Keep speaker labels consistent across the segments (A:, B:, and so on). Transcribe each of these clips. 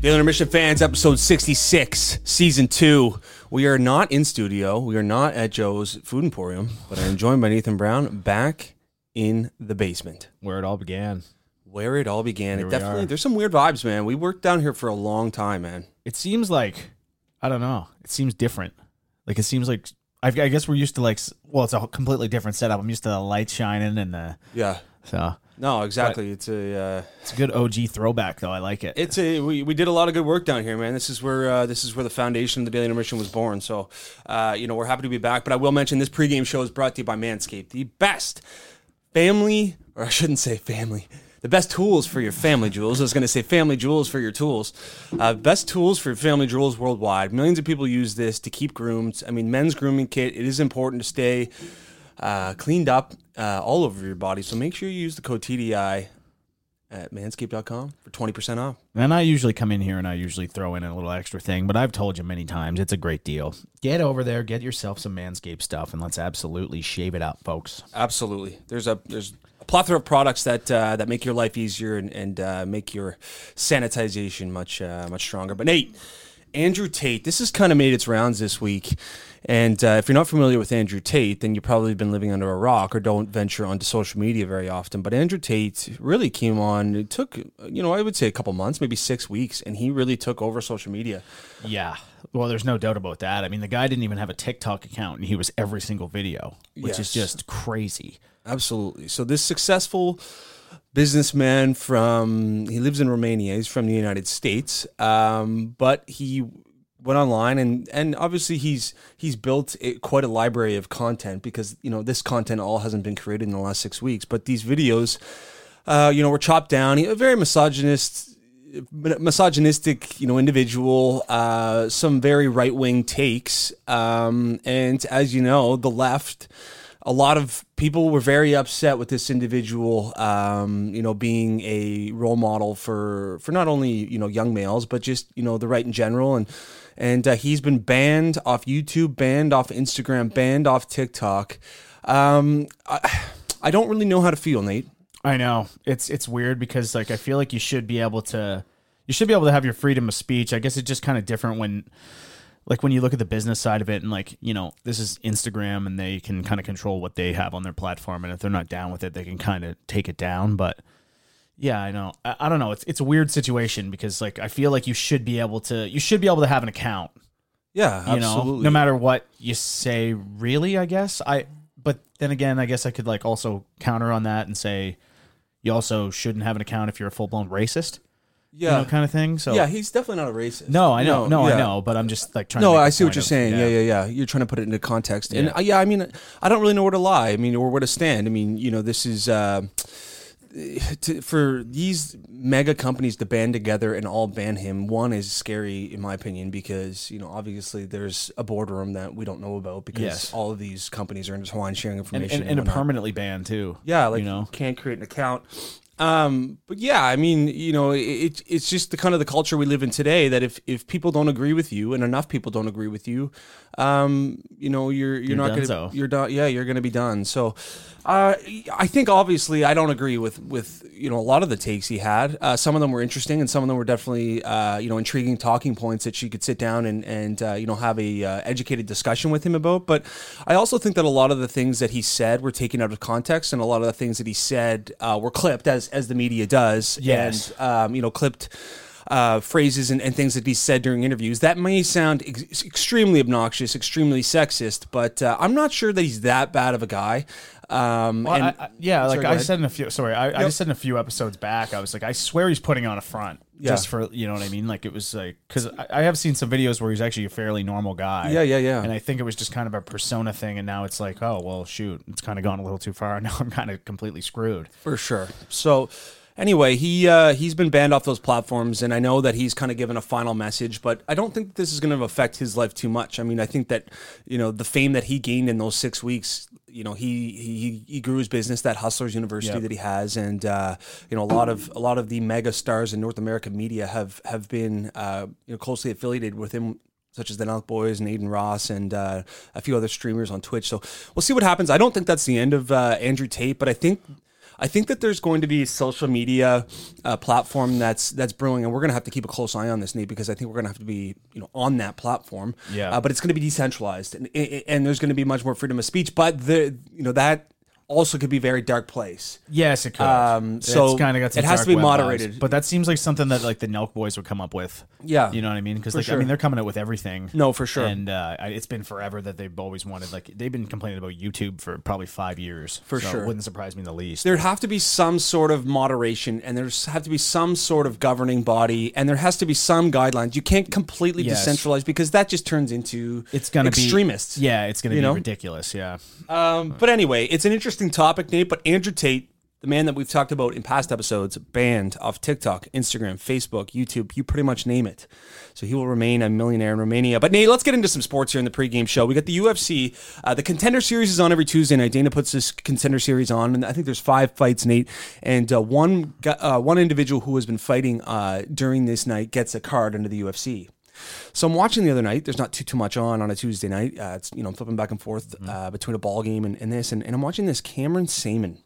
A: Daily Intermission fans, episode 66, season two. We are not in studio. We are not at Joe's Food Emporium, but I am joined by Nathan Brown back in the basement
B: where it all began.
A: where it all began.
B: Here
A: It
B: we
A: definitely,
B: are.
A: there's some weird vibes, man. We worked down here for a long time, man.
B: It seems like I don't know. It seems different. Like it seems like I, I guess we're used to like s- well, it's a completely different setup. I'm used to the lights shining and the
A: Yeah.
B: so
A: No, exactly. it's a, uh,
B: it's a good OG throwback though. I like it.
A: it's a. We, we did a lot of good work down here, man. This is where uh, this is where the foundation of the Daily Intermission was born. So, uh, you know, we're happy to be back. But I will mention this pregame show is brought to you by Manscaped, the best family, or I shouldn't say family, the best tools for your family jewels. I was going to say family jewels for your tools. Uh, best tools for your family jewels worldwide. Millions of people use this to keep groomed. I mean, men's grooming kit. It is important to stay uh, cleaned up uh, all over your body. So make sure you use the code TDI at manscaped.com for 20% off.
B: And I usually come in here and I usually throw in a little extra thing, but I've told you many times it's a great deal. Get over there, get yourself some Manscaped stuff, and let's absolutely shave it up, folks.
A: Absolutely. There's a there's a plethora of products that uh, that make your life easier and, and uh, make your sanitization much uh, much stronger. But Nate, Andrew Tate, this has kind of made its rounds this week. And uh, if you're not familiar with Andrew Tate, then you've probably been living under a rock or don't venture onto social media very often. But Andrew Tate really came on. It took, you know, I would say a couple months, maybe six weeks, and he really took over social media.
B: Yeah. Well, there's no doubt about that. I mean, the guy didn't even have a TikTok account and he was every single video,
A: Yes.
B: which is just crazy.
A: Absolutely. So this successful businessman from he lives in Romania. He's from the United States, um, but he went online and and obviously he's he's built a, quite a library of content because you know this content all hasn't been created in the last six weeks, but these videos, uh, you know, were chopped down. He, a very misogynist misogynistic, you know, individual, uh, some very right wing takes, um, and as you know, the left. A lot of people were very upset with this individual, um, you know, being a role model for for not only you know young males but just you know the right in general, and and uh, he's been banned off YouTube, banned off Instagram, banned off TikTok. Um, I, I don't really know how to feel, Nate.
B: I know it's it's weird because like I feel like you should be able to you should be able to have your freedom of speech. I guess it's just kind of different when like when you look at the business side of it and like you know this is Instagram and they can kind of control what they have on their platform and if they're not down with it they can kind of take it down. But yeah, I know I, I don't know it's it's a weird situation because like I feel like you should be able to you should be able to have an account
A: Yeah,
B: you know no matter what you say really i guess i but then again i guess i could like also counter on that and say you also shouldn't have an account if you're a full-blown racist
A: yeah,
B: you know kind of thing so
A: Yeah, he's definitely not a racist.
B: no i know no,
A: yeah.
B: i know but i'm just like trying
A: No,
B: to make
A: I
B: a
A: see what
B: point
A: you're
B: of-
A: saying. Yeah. yeah, yeah, You're trying to put it into context, and
B: Yeah.
A: uh, yeah, I mean, I don't really know where to lie. I mean, or where to stand. I mean, you know, this is uh, to, for these mega companies to band together and all ban him. One is scary, in my opinion, because you know, obviously, there's a boardroom that we don't know about because
B: Yes.
A: all of these companies are intertwined, sharing
B: and,
A: information,
B: and, and a
A: whatnot.
B: permanently banned too
A: Yeah, like
B: you know
A: can't create an account. Um, but yeah, I mean, you know, it, it, it's just the kind of the culture we live in today that if, if people don't agree with you and enough people don't agree with you, um, you know, you're you're, not
B: done
A: gonna
B: so.
A: you're done. Yeah, you're gonna be done. So, uh, I think obviously I don't agree with with you know a lot of the takes he had. Uh, some of them were interesting and some of them were definitely uh, you know intriguing talking points that she could sit down and and uh, you know have a uh, educated discussion with him about. But I also think that a lot of the things that he said were taken out of context and a lot of the things that he said uh, were clipped as as the media does.
B: Yes.
A: And, um, you know, clipped uh, phrases and, and things that he said during interviews. That may sound ex- extremely obnoxious, extremely sexist, but uh, I'm not sure that he's that bad of a guy. Um,
B: Well,
A: and
B: I, I- yeah,
A: Sorry,
B: like
A: go
B: I
A: ahead.
B: said in a few. Sorry, I, I just said in a few episodes back. I was like, I swear he's putting on a front just for you know what I mean. Like it was like because I, I have seen some videos where he's actually a fairly normal guy.
A: Yeah, yeah, yeah.
B: And I think it was just kind of a persona thing, and now it's like, oh well, shoot, it's kind of gone a little too far. Now I'm kind of completely screwed.
A: for sure. So anyway, he uh, he's been banned off those platforms, and I know that he's kind of given a final message, but I don't think this is going to affect his life too much. I mean, I think that you know the fame that he gained in those six weeks. You know, he he, he grew his business that Hustlers University
B: Yep.
A: that he has, and uh, you know a lot of a lot of the mega stars in North American media have have been uh, you know closely affiliated with him such as the Nelk Boys and Aiden Ross and uh, a few other streamers on Twitch. So we'll see what happens. I don't think that's the end of uh, Andrew Tate, but I think I think that there's going to be a social media uh, platform that's that's brewing, and we're going to have to keep a close eye on this, Nate, because I think we're going to have to be you know on that platform.
B: Yeah.
A: Uh, but it's going to be decentralized, and and there's going to be much more freedom of speech. But the you know that also could be a very dark place.
B: Yes, it could.
A: Um, so
B: kind of got some
A: it has
B: dark
A: to be
B: web
A: moderated.
B: vibes. but that seems like something that like the Nelk boys would come up with.
A: Yeah.
B: you know what I mean? Because like
A: sure.
B: I mean, they're coming up with everything.
A: No, for sure.
B: And uh, I- it's been forever that they've always wanted. Like they've been complaining about YouTube for probably five years. For
A: sure.
B: it wouldn't surprise me in the least.
A: there'd have to be some sort of moderation and there's have to be some sort of governing body and there has to be some guidelines you can't completely
B: Yes.
A: decentralize because that just turns into
B: it's gonna
A: extremists
B: be Yeah, it's gonna
A: you
B: be
A: know?
B: ridiculous. Yeah,
A: um, but anyway it's an interesting topic nate but andrew tate the man that we've talked about in past episodes banned off tiktok instagram facebook youtube you pretty much name it so he will remain a millionaire in romania but nate let's get into some sports here in the pregame show we got the ufc uh, the contender series is on every tuesday night dana puts this contender series on and i think there's five fights nate and uh, one gu- uh, one individual who has been fighting uh, during this night gets a card under the ufc so I'm watching the other night. There's not too too much on on a Tuesday night. Uh, it's you know I'm flipping back and forth uh, between a ball game and, and this, and, and I'm watching this Cameron Saman.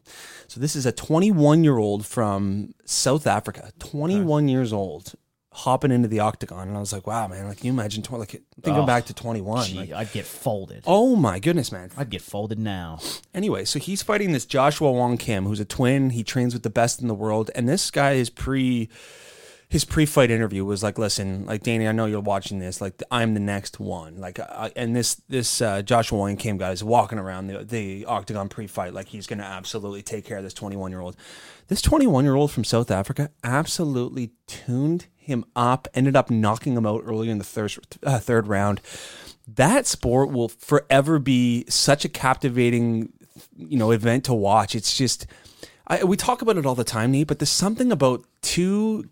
A: So this is a 21 year old from South Africa, 21 years old, hopping into the octagon, and I was like, wow, man, like can you imagine, tw- like thinking
B: Oh,
A: back to 21,
B: Gee,
A: like,
B: I'd get folded.
A: oh my goodness, man.
B: I'd get folded now.
A: Anyway, so he's fighting this Joshua Wong Kim, who's a twin. He trains with the best in the world, and this guy is pre. His pre-fight interview was like, "Listen, like Danny, I know you're watching this. Like, I'm the next one. Like, I, and this this uh, Joshua Wong Kim guy is walking around the the octagon pre-fight like he's going to absolutely take care of this 21 year old. This 21 year old from South Africa absolutely tuned him up. Ended up knocking him out early in the third uh, third round that sport will forever be such a captivating you know event to watch it's just I, we talk about it all the time Nate, but there's something about two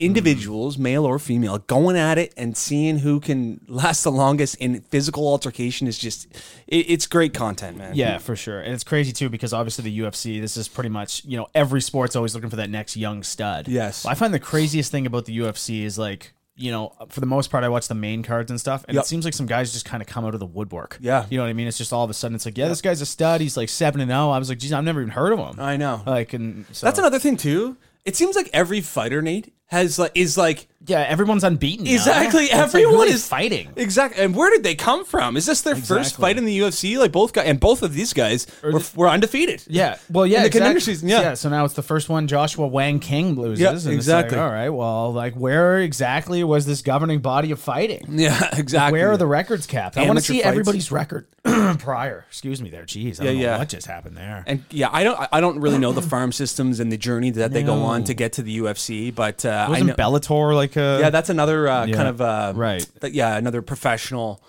A: individuals male or female going at it and seeing who can last the longest in physical altercation is just it, it's great content man
B: Yeah, for sure. And it's crazy too because obviously the UFC, this is pretty much, you know, every sport's always looking for that next young stud.
A: Yes.
B: I find the craziest thing about the UFC is like, you know, for the most part, I watch the main cards and stuff, and
A: Yep.
B: it seems like some guys just kind of come out of the woodwork.
A: Yeah.
B: You know what I mean? It's just all of a sudden, it's like, yeah, this guy's a stud. He's like 7 and 0. I was like, geez, I've never even heard of him.
A: i know
B: Like, and so,
A: that's another thing too it seems like every fighter Nate has like is like
B: yeah, everyone's unbeaten. now.
A: Exactly,
B: It's like,
A: everyone
B: who are they
A: is-
B: fighting.
A: Exactly. And where did they come from? Is this their first
B: Exactly.
A: fight in the UFC? Like both guys, and both of these guys were, were undefeated.
B: Yeah. Well, yeah.
A: In the contender
B: exact-
A: season, yeah.
B: So now it's the first one Joshua Wang King loses.
A: Yeah,
B: and it's like,
A: exactly.
B: all right. Well, like, where exactly was this governing body of fighting?
A: Yeah, exactly.
B: Where are the records capped? I want to
A: Amateur
B: see
A: fights.
B: everybody's record prior. Excuse me, there. Jeez, I don't
A: Yeah,
B: know
A: yeah.
B: what just happened there.
A: And yeah, I don't. I don't really know the farm systems and the journey that they go on to get to the UFC. But uh, I
B: Wasn't
A: know.
B: Bellator like a?
A: yeah, that's another uh, kind
B: Yeah,
A: of uh,
B: right.
A: th- yeah, another professional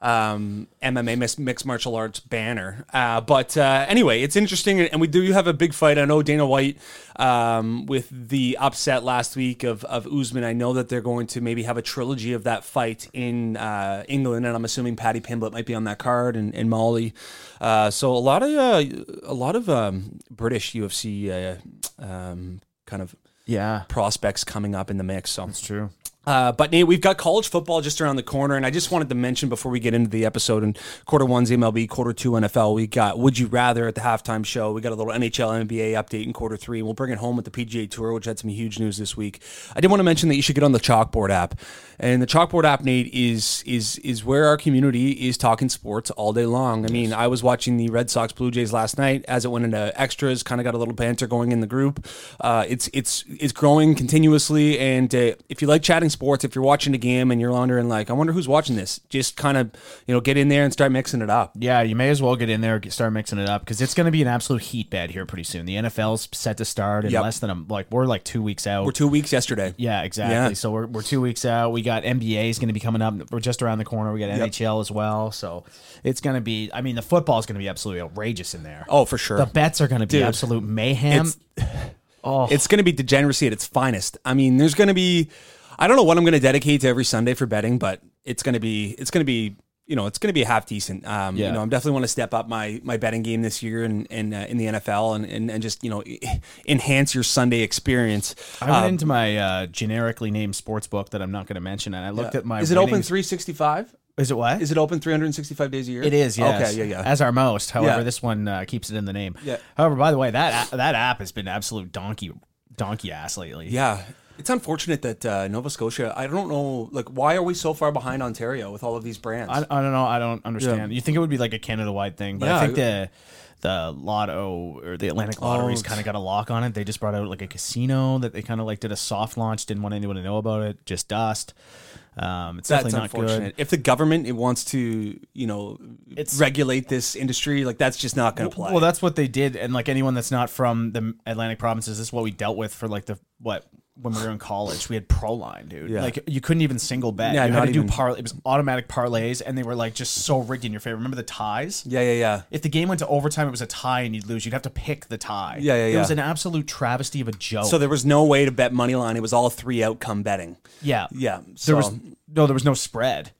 A: um, MMA mis- mixed martial arts banner. Uh, but uh, anyway, it's interesting, and we do have a big fight. I know Dana White um, with the upset last week of of Usman. I know that they're going to maybe have a trilogy of that fight in uh, England, and I'm assuming Paddy Pimblett might be on that card, and, and Molly. Uh, so a lot of uh, a lot of um, British UFC uh, um, kind of
B: yeah.
A: prospects coming up in the mix. So
B: It's true.
A: uh, but Nate, we've got college football just around the corner, and I just wanted to mention before we get into the episode in quarter one's MLB, quarter two NFL, we got Would You Rather at the halftime show. We got a little NHL NBA update in quarter three, and we'll bring it home with the PGA Tour, which had some huge news this week. I did want to mention that you should get on the Chalkboard app, and the Chalkboard app, Nate, is is is where our community is talking sports all day long. I mean, I was watching the Red Sox Blue Jays last night as it went into extras, kind of got a little banter going in the group. Uh, it's it's it's growing continuously, and uh, if you like chatting sports, if you're watching a game and you're wondering like, I wonder who's watching this, just kind of you know get in there and start mixing it up.
B: Yeah, you may as well get in there, get, start mixing it up because it's going to be an absolute heat bed here pretty soon. The NFL's set to start in
A: Yep.
B: less than a like we're like two weeks out.
A: We're two weeks yesterday.
B: yeah, exactly.
A: Yeah.
B: So we're, we're two weeks out. We got NBA is going to be coming up. We're just around the corner. We got NHL as well. So it's going to be. I mean, the football is going to be absolutely outrageous in there.
A: Oh, for sure.
B: the bets are going to be absolute mayhem. oh,
A: it's going to be degeneracy at its finest. I mean, there's going to be, I don't know what I'm going to dedicate to every Sunday for betting, but it's going to be, it's going to be, you know, it's going to be half decent. Um,
B: Yeah.
A: You know, I'm definitely want to step up my my betting game this year and in, uh, in the NFL and, and and just you know e- enhance your Sunday experience.
B: I went into my uh, generically named sports book that I'm not going to mention, and I looked at my.
A: Is it open
B: winnings-
A: 365?
B: Is it what?
A: Is it open 365 days a year?
B: It is, yes.
A: Okay, yeah, yeah.
B: As our most. However,
A: Yeah.
B: this one uh, keeps it in the name.
A: Yeah.
B: However, by the way, that a- that app has been absolute donkey donkey ass lately.
A: Yeah. It's unfortunate that uh, Nova Scotia, I don't know, like, why are we so far behind Ontario with all of these brands?
B: I, I don't know. I don't understand. You think it would be like a Canada wide thing, but I
A: Yeah. Oh,
B: think the the lotto or the Atlantic lotteries kind of got a lock on it. They just brought out like a casino that they kind of like did a soft launch. Didn't want anyone to know about it. Just dust. Um, it's
A: that's
B: definitely not
A: unfortunate.
B: good.
A: If the government it wants to, you know,
B: It's-
A: regulate this industry, like that's just not going to play.
B: Well, that's what they did, and like anyone that's not from the Atlantic provinces, this is what we dealt with for like the what when we were in college. We had Proline, dude. Like you couldn't even single bet.
A: Yeah,
B: you had
A: not
B: to
A: even-
B: do parlay. It was automatic parlays, and they were like just so rigged in your favor. Remember the ties?
A: yeah, yeah, yeah.
B: If the game went to overtime, it was a tie and you'd lose. You'd have to pick the tie.
A: Yeah, yeah,
B: It was
A: yeah.
B: an absolute travesty of a joke.
A: So there was no way to bet money line. It was all three outcome betting.
B: yeah,
A: Yeah. So,
B: There was no, there was no spread.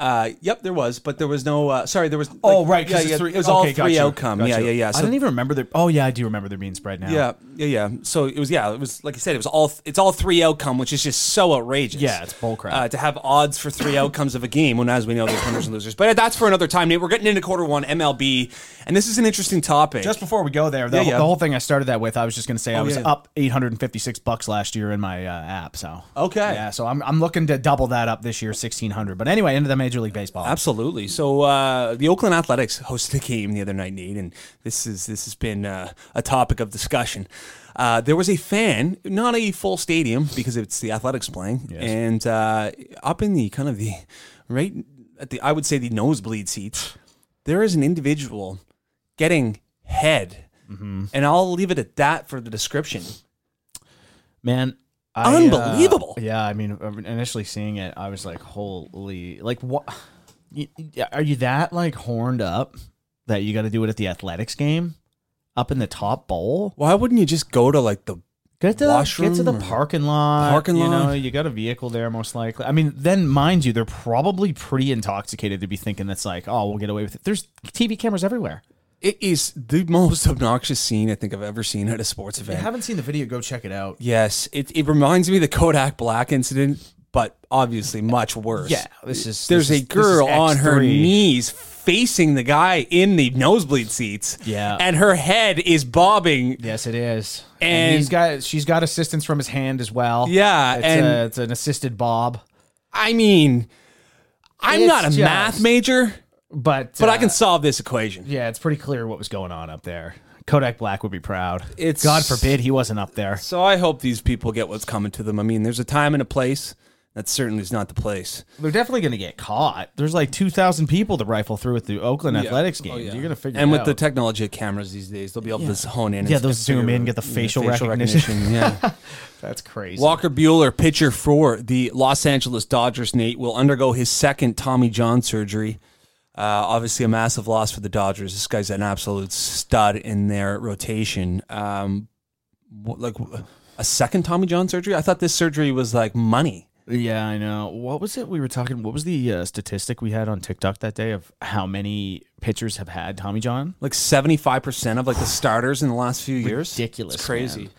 A: Uh, yep, there was, but there was no. Uh, sorry, there was. like,
B: oh right, 'cause
A: yeah,
B: it's
A: yeah,
B: three-
A: It was
B: okay,
A: all
B: got
A: three
B: you,
A: outcome.
B: got
A: Yeah,
B: you.
A: yeah, yeah.
B: I
A: So
B: don't even remember the. Oh yeah, I do remember there being spread now.
A: yeah, yeah, yeah. So it was. Yeah, it was like I said. It was all. It's all three outcome, which is just so outrageous.
B: Yeah, it's bullcrap.
A: Uh, to have odds for three outcomes of a game, when as we know, there's winners and losers. But that's for another time. Nate, we're getting into quarter one MLB, and this is an interesting topic.
B: Just before we go there, the,
A: Yeah, yeah. Oh,
B: the whole thing I started that with, I was just going to say I was
A: yeah.
B: up 856 bucks last year in my uh, app. So
A: Okay.
B: yeah. So I'm, I'm looking to double that up this year, 1600. But anyway, into the Major League Baseball.
A: Absolutely. So uh, the Oakland Athletics hosted a game the other night, Nate, and this is this has been uh, a topic of discussion. Uh, there was a fan, not a full stadium because it's the Athletics playing, and uh, up in the kind of the right at the I would say the nosebleed seats, there is an individual getting head, and I'll leave it at that for the description.
B: Man, I, uh,
A: Unbelievable.
B: yeah, I mean, um, initially seeing it, I was like, holy, like what? Are you that like horned up that you got to do it at the athletics game? Up in the top bowl,
A: Why wouldn't you just go to like the
B: Get to, the,
A: Washroom
B: get to the
A: or-
B: parking lot.
A: Parking
B: you
A: lot?
B: Know, you got a vehicle there, most likely. I mean, then mind you, they're probably pretty intoxicated to be thinking that's like, oh, we'll get away with it. There's TV cameras everywhere.
A: it is the most obnoxious scene I think I've ever seen at a sports event.
B: haven't seen the video, go check it out.
A: Yes, it, it reminds me of the Kodak Black incident, but obviously much worse.
B: Yeah, this is
A: There's
B: this
A: a
B: is-
A: girl
B: this is
A: on her
B: X3.
A: knees facing the guy in the nosebleed seats.
B: Yeah.
A: And her head is bobbing.
B: Yes, it is.
A: And-
B: he's got she's got assistance from his hand as well.
A: Yeah,
B: it's
A: and-
B: a, it's an assisted bob.
A: I mean, I'm
B: It's
A: not a
B: just-
A: math major,
B: But
A: but I
B: uh,
A: can solve this equation.
B: Yeah, it's pretty clear what was going on up there. Kodak Black would be proud.
A: It's-
B: God forbid he wasn't up there.
A: So I hope these people get what's coming to them. I mean, there's a time and a place. That certainly is not the place.
B: They're definitely going to get caught. There's like 2,000 people to rifle through at the Oakland Athletics game. You're going to figure
A: And
B: it
A: with
B: out.
A: the technology of cameras these days, they'll be able to hone in. and
B: Yeah, they'll
A: figure
B: zoom in,
A: out,
B: get the
A: you know,
B: facial recognition.
A: recognition. Yeah.
B: That's crazy.
A: Walker Bueller, pitcher for the Los Angeles Dodgers, Nate, will undergo his second Tommy John surgery. Uh, obviously, a massive loss for the Dodgers. This guy's an absolute stud in their rotation. Um, what, like a second Tommy John surgery? I thought this surgery was like money.
B: Yeah, I know. What was it we were talking? What was the uh, statistic we had on TikTok that day of how many pitchers have had Tommy John?
A: Like seventy five percent of like the starters in the last few years.
B: Ridiculous,
A: It's crazy.
B: man.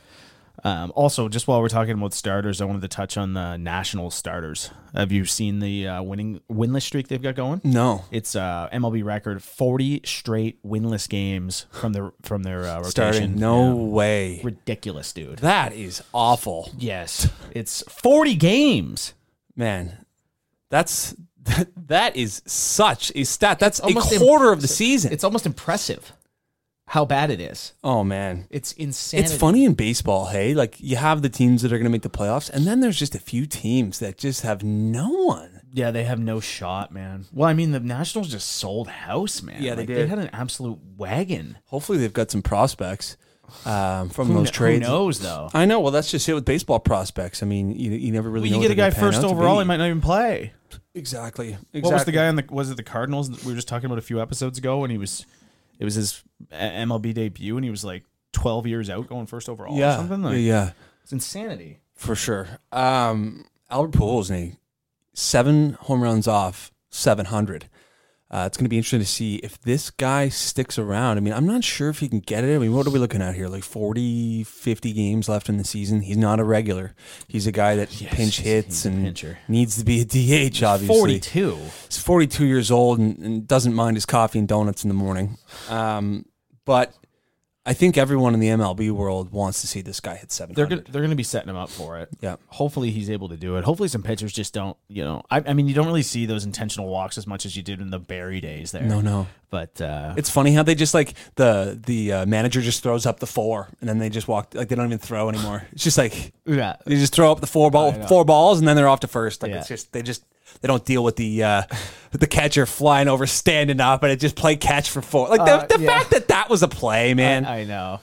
B: Um, also, just while we're talking about starters, I wanted to touch on the national starters. Have you seen the uh, winning winless streak they've got going?
A: No
B: It's uh, MLB record forty straight winless games from their from their uh, rotation.
A: starting. No way.
B: ridiculous, dude.
A: That is awful,
B: Yes, it's forty games.
A: man. That's that is such a stat. That's a
B: almost im-
A: quarter of the season.
B: It's almost impressive how bad it is.
A: Oh man.
B: It's insane.
A: It's funny in baseball, hey? Like you have the teams that are going to make the playoffs and then there's just a few teams that just have no one.
B: Yeah, they have no shot, man. Well, I mean, the Nationals just sold house, man.
A: Yeah, they
B: Like,
A: did.
B: had an absolute wagon.
A: Hopefully they've got some prospects um, from
B: Who
A: those
B: kn-
A: trades.
B: Who knows though?
A: I know. Well, that's just it with baseball prospects. I mean, you, you never really
B: Well, you
A: know
B: get a
A: what they're
B: guy
A: gonna pan
B: first
A: out to
B: overall,
A: be.
B: he might not even play.
A: Exactly. exactly.
B: What was the guy on the? Was it the Cardinals? that We were just talking about a few episodes ago, and he was, it was his uh, MLB debut, and he was like twelve years out, going first overall
A: Yeah.
B: or something. Like,
A: yeah, yeah,
B: It's insanity.
A: for sure. Um, Albert Pujols, Nate, seven home runs off 700. Uh, it's going to be interesting to see if this guy sticks around. I mean, I'm not sure if he can get it. I mean, what are we looking at here? Like 40, 50 games left in the season. He's not a regular. He's a guy that pinch
B: he's-
A: hits
B: he's a
A: and
B: pincher.
A: needs to be a DH, obviously.
B: Forty-two.
A: He's 42 years old and, and doesn't mind his coffee and donuts in the morning. Um, but I think everyone in the MLB world wants to see this guy hit 700.
B: They're gonna, they're going to be setting him up for it.
A: Yeah.
B: Hopefully he's able to do it. Hopefully some pitchers just don't. You know, I, I mean, you don't really see those intentional walks as much as you did in the Barry days there.
A: Oh, No, no.
B: But uh,
A: It's funny how they just like the the uh, manager just throws up the four and then they just walk like they don't even throw anymore. It's just like
B: yeah,
A: they just throw up the four ball four balls and then they're off to first. Like
B: Yeah.
A: it's just they just they don't deal with the uh, the catcher flying over standing up and it just play catch for four. Like the,
B: Uh,
A: the
B: yeah.
A: fact that that was a play, man.
B: I know.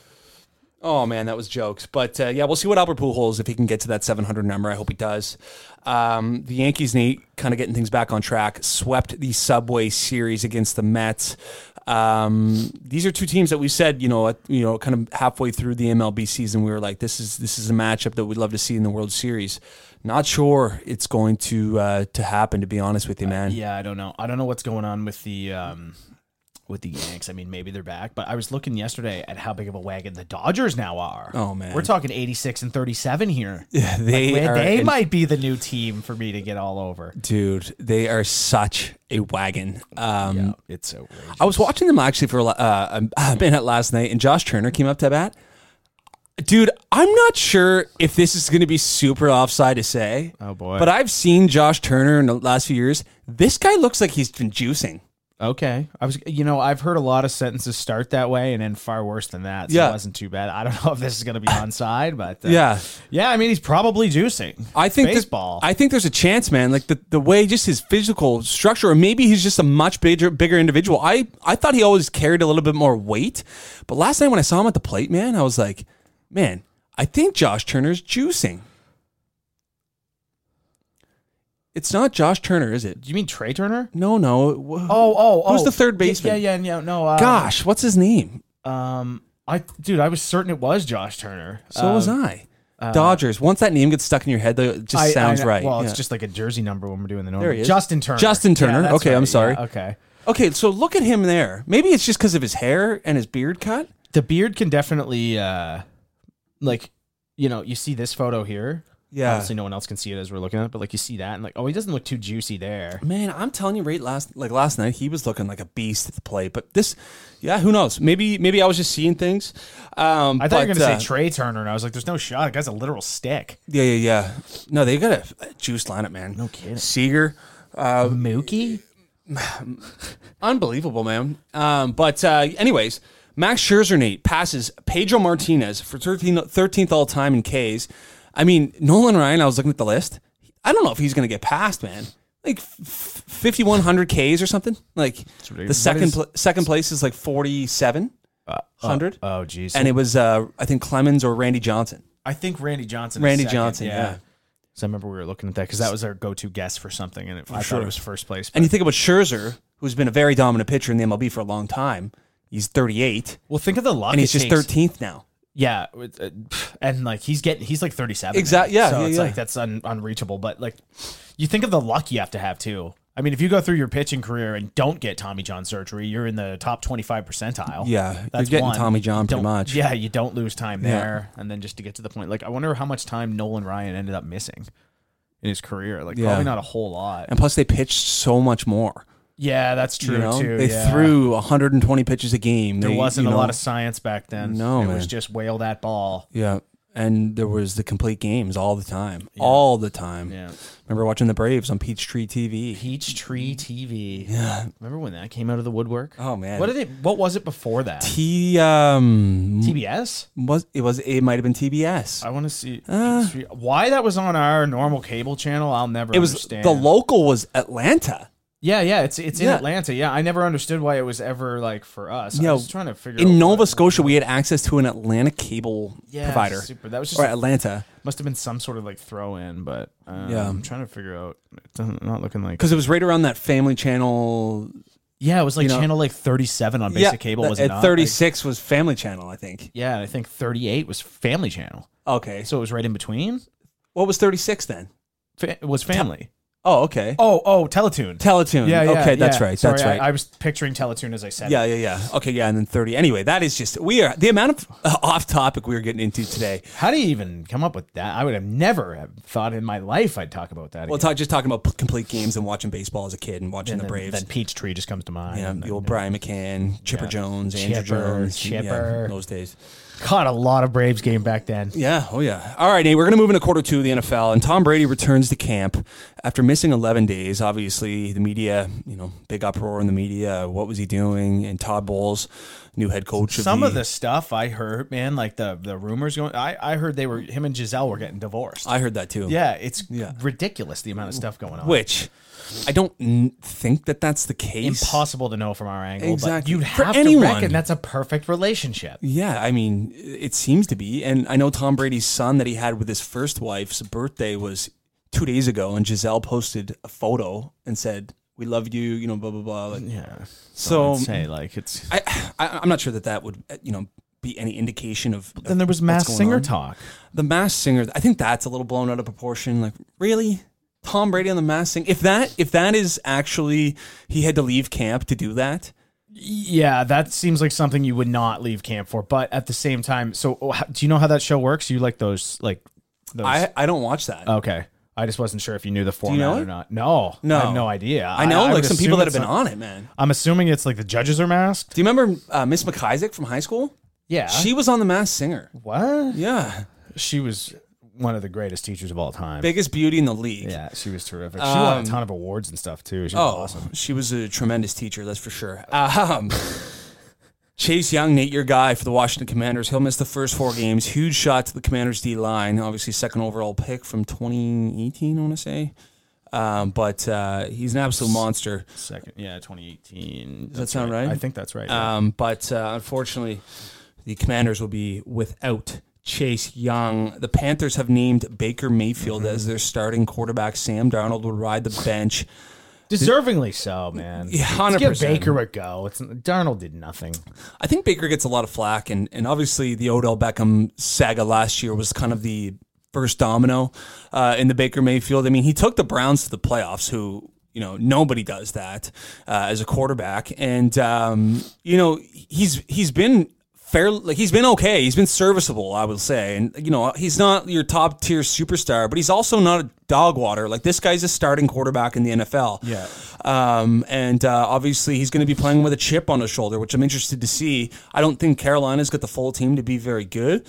A: Oh man, that was jokes. But uh, yeah, we'll see what Albert Pujols if he can get to that 700 number. I hope he does. Um, the Yankees, Nate, kind of getting things back on track. Swept the Subway Series against the Mets. Um, these are two teams that we said, you know, at, you know, kind of halfway through the MLB season, we were like, this is this is a matchup that we'd love to see in the World Series. Not sure it's going to uh, to happen, to be honest with you, man.
B: Uh, Yeah, I don't know. I don't know what's going on with the um with the Yanks. I mean, maybe they're back, but I was looking yesterday at how big of a wagon the Dodgers now are.
A: Oh, man.
B: We're talking 86 and 37 here. Yeah,
A: they
B: they,
A: are in-
B: might be the new team for me to get all over.
A: Dude, they are such a wagon. Um,
B: Yeah, Oh, it's outrageous.
A: I was watching them actually for uh, a minute last night, and Josh Turner came up to bat. Dude, I'm not sure if this is going to be super offside to say.
B: Oh, boy.
A: But I've seen Josh Turner in the last few years. This guy looks like he's been juicing.
B: Okay, I was you know I've heard a lot of sentences start that way and end far worse than that. So
A: Yeah.
B: it wasn't too bad. I don't know if this is going to be onside, but uh,
A: Yeah.
B: yeah. I mean, he's probably juicing.
A: I think that-
B: baseball.
A: I think there's a chance, man. Like the, the way just his physical structure, or maybe he's just a much bigger bigger individual. I I thought he always carried a little bit more weight, but last night when I saw him at the plate, man, I was like, man, I think Josh Turner's juicing. It's not Josh Turner, is it?
B: Do you mean Trey Turner?
A: No, no. Wh-
B: Oh, oh, oh.
A: Who's the third
B: Yeah,
A: baseman?
B: Yeah, yeah, yeah. No, uh,
A: Gosh, what's his name?
B: Um, I dude, I was certain it was Josh Turner. Um,
A: So was I.
B: uh,
A: Dodgers. Once that name gets stuck in your head, though, it just sounds right.
B: Well,
A: Yeah.
B: it's just like a jersey number when we're doing the
A: There
B: normal.
A: he is.
B: Justin Turner.
A: Justin Turner.
B: that's
A: Okay, I'm sorry.
B: Yeah, okay,
A: okay. So look at him there. Maybe it's just because of his hair and his beard cut.
B: the beard can definitely, uh like, you know, you see this photo here.
A: Yeah.
B: Obviously, no one else can see it as we're looking at it, but like you see that and like, oh, he doesn't look too juicy there.
A: Man, I'm telling you, right last like last night, he was looking like a beast at the play. But this, yeah, who knows? Maybe maybe I was just seeing things. Um,
B: I thought you were
A: but,
B: gonna
A: uh,
B: say Trey Turner, and I was like, "There's no shot. That guy's a literal stick."
A: yeah, yeah, yeah. No, they got a, a juice lineup, man. No
B: kidding.
A: Seager, uh,
B: Mookie.
A: unbelievable, man. Um, but uh, anyways, Max Scherzer Nate passes Pedro Martinez for 13, 13th all time in Ks. I mean, Nolan Ryan. I was looking at the list. I don't know if he's gonna get passed, man. Like fifty one hundred Ks or something. Like the
B: ridiculous.
A: second
B: That is-
A: pl- second place is like forty seven. hundred,
B: Oh, jeez.
A: and it was uh, I think Clemens or Randy Johnson.
B: I think Randy Johnson. is
A: Randy
B: second,
A: Johnson, yeah.
B: So I remember we were looking at that because that was our go-to guess for something, and it, I thought it was first place.
A: And you think about Scherzer, who's been a very dominant pitcher in the MLB for a long time. He's 38,
B: well, think of the luck.
A: and he's
B: it
A: just
B: takes.
A: 13th now.
B: Yeah, with, uh, pff, and like he's getting, he's like thirty-seven.
A: Exact-
B: now.
A: yeah,
B: So
A: yeah,
B: it's
A: yeah.
B: like that's un, unreachable. But like, you think of the luck you have to have too. I mean, if you go through your pitching career and don't get Tommy John surgery, you're in the top twenty-five percentile.
A: Yeah, you're
B: that's
A: getting
B: one.
A: Tommy John pretty
B: Don't-
A: much.
B: Yeah, you don't lose time there, and then just to get to the point, like I wonder how much time Nolan Ryan ended up missing in his career. Like
A: Yeah.
B: probably not a whole lot.
A: And plus, they pitched so much more.
B: Yeah, that's true
A: you know,
B: too.
A: they
B: yeah.
A: threw 120 pitches a game.
B: There
A: They-
B: wasn't
A: you
B: a lot
A: know,
B: of science back then.
A: No,
B: it
A: man.
B: was just whale that ball.
A: Yeah, and there was the complete games all the time, all the time.
B: Yeah.
A: Remember watching the Braves on Peachtree TV?
B: Peachtree TV. Yeah. Remember when that came out of the woodwork?
A: Mm-hmm. Oh, man.
B: What did it what was it before that?
A: He um
B: TBS?
A: was it was it might have been TBS.
B: I want to see Peachtree- why that was on our normal cable channel. I'll never
A: Uh. it was
B: understand.
A: the local was Atlanta.
B: Yeah, yeah, it's it's in
A: Yeah.
B: Atlanta. Yeah, I never understood why it was ever like for us.
A: Yeah,
B: I was trying to figure out
A: In Nova
B: what-
A: Scotia, we had access to an Atlanta cable
B: Yeah,
A: provider
B: Super. That was just
A: or Atlanta
B: must have been some sort of like throw in, but um,
A: Yeah.
B: I'm trying to figure out. It's not looking like
A: because it was right around that Family Channel.
B: yeah, it was like
A: know-
B: channel like 37 on basic cable was
A: at
B: it not?
A: thirty
B: Like,
A: six was Family Channel, I think.
B: yeah, and I think 38 was Family Channel,
A: Okay, so
B: so it was right in between.
A: what was thirty six then?
B: Fa- it was Family.
A: Oh, okay.
B: oh, oh, Teletoon.
A: Teletoon.
B: yeah, yeah,
A: okay, that's
B: yeah.
A: right.
B: Sorry,
A: that's
B: I-
A: right.
B: I, was picturing Teletoon as I said.
A: yeah,
B: it.
A: yeah, yeah. Okay, yeah, and then 30. Anyway, that is just, we are, the amount of uh, off topic we are getting into today.
B: How do you even come up with that? I would have never have thought in my life I'd talk about that.
A: Well,
B: again.
A: talk, just talking about p- complete games and watching baseball as a kid and watching the
B: then,
A: Braves.
B: Then Peachtree just comes to mind.
A: yeah,
B: And
A: the
B: then-
A: old Brian McCann, Chipper
B: Yeah.
A: Jones, Andrew
B: Chipper,
A: Jones. yeah,
B: Chipper.
A: those days.
B: caught a lot of Braves game back then.
A: Yeah, oh yeah. All right, Nate, we're going to move into quarter two of the NFL, and Tom Brady returns to camp after missing 11 days. Obviously, the media, you know, big uproar in the media. What was he doing? And Todd Bowles, new head coach of
B: Some
A: the,
B: of the stuff I heard, man, like the the rumors going. I I heard they were him and Giselle were getting divorced.
A: I heard that too.
B: yeah, it's
A: Yeah.
B: ridiculous the amount of stuff going on.
A: Which I don't n- think that that's the case.
B: Impossible to know from our angle, but
A: Exactly.
B: you'd
A: For
B: have
A: anyone.
B: to reckon that's a perfect relationship.
A: Yeah, I mean, it seems to be. And I know Tom Brady's son that he had with his first wife's birthday was two days ago, and Giselle posted a photo and said, "We love you," you know, blah blah blah. Like,
B: Yeah.
A: So
B: I'd say like it's.
A: I, I, I'm not sure that that would, eh, you know, be any indication of.
B: Then there was mass singer talk.
A: The Mass Singer. I think that's a little blown out of proportion. Like, really, Tom Brady on the Mass Singer? If that, if that is actually he had to leave camp to do that.
B: Yeah, that seems like something you would not leave camp for. But at the same time, so oh, how- do you know how that show works? You like those like those
A: I, I don't watch that.
B: Okay. I just wasn't sure if you knew the format
A: you know
B: or
A: it?
B: not. No,
A: No.
B: I have no idea.
A: I know, like
B: would
A: some people that
B: assume
A: have
B: it's
A: been
B: not-
A: on it, man.
B: I'm assuming it's like the judges are masked.
A: Do you remember uh, Miss McIsaac from high school?
B: Yeah.
A: She was on The Mass Singer.
B: what?
A: Yeah,
B: She was one of the greatest teachers of all time.
A: biggest beauty in the league.
B: yeah, she was terrific. She won a ton of awards and stuff too. She was
A: Um, Oh,
B: awesome.
A: she was a tremendous teacher, that's for sure. Um, Chase Young, Nate, your guy for the Washington Commanders. He'll miss the first four games. Huge shot to the Commanders D line. Obviously, second overall pick from 2018, I want to say. Um, but uh, he's an absolute monster.
B: Second, yeah, 2018. Does
A: that sound right?
B: I think that's right. yeah.
A: Um, but uh, unfortunately, the Commanders will be without Chase Young. The Panthers have named Baker Mayfield
B: Mm-hmm.
A: as their starting quarterback. Sam Darnold will ride the bench.
B: Deservingly so, man.
A: Yeah,
B: Let's
A: 100%.
B: Give Baker a go. It's Darnold did nothing.
A: I think Baker gets a lot of flack, and, and obviously the Odell Beckham saga last year was kind of the first domino uh, in the Baker Mayfield. I mean, he took the Browns to the playoffs, who you know nobody does that uh, as a quarterback, and um, you know he's he's been fair like he's been okay he's been serviceable i would say and you know he's not your top tier superstar but he's also not a dog water like this guy's a starting quarterback in the nfl
B: Yeah.
A: um, and uh, obviously he's going to be playing with a chip on his shoulder which i'm interested to see i don't think carolina's got the full team to be very good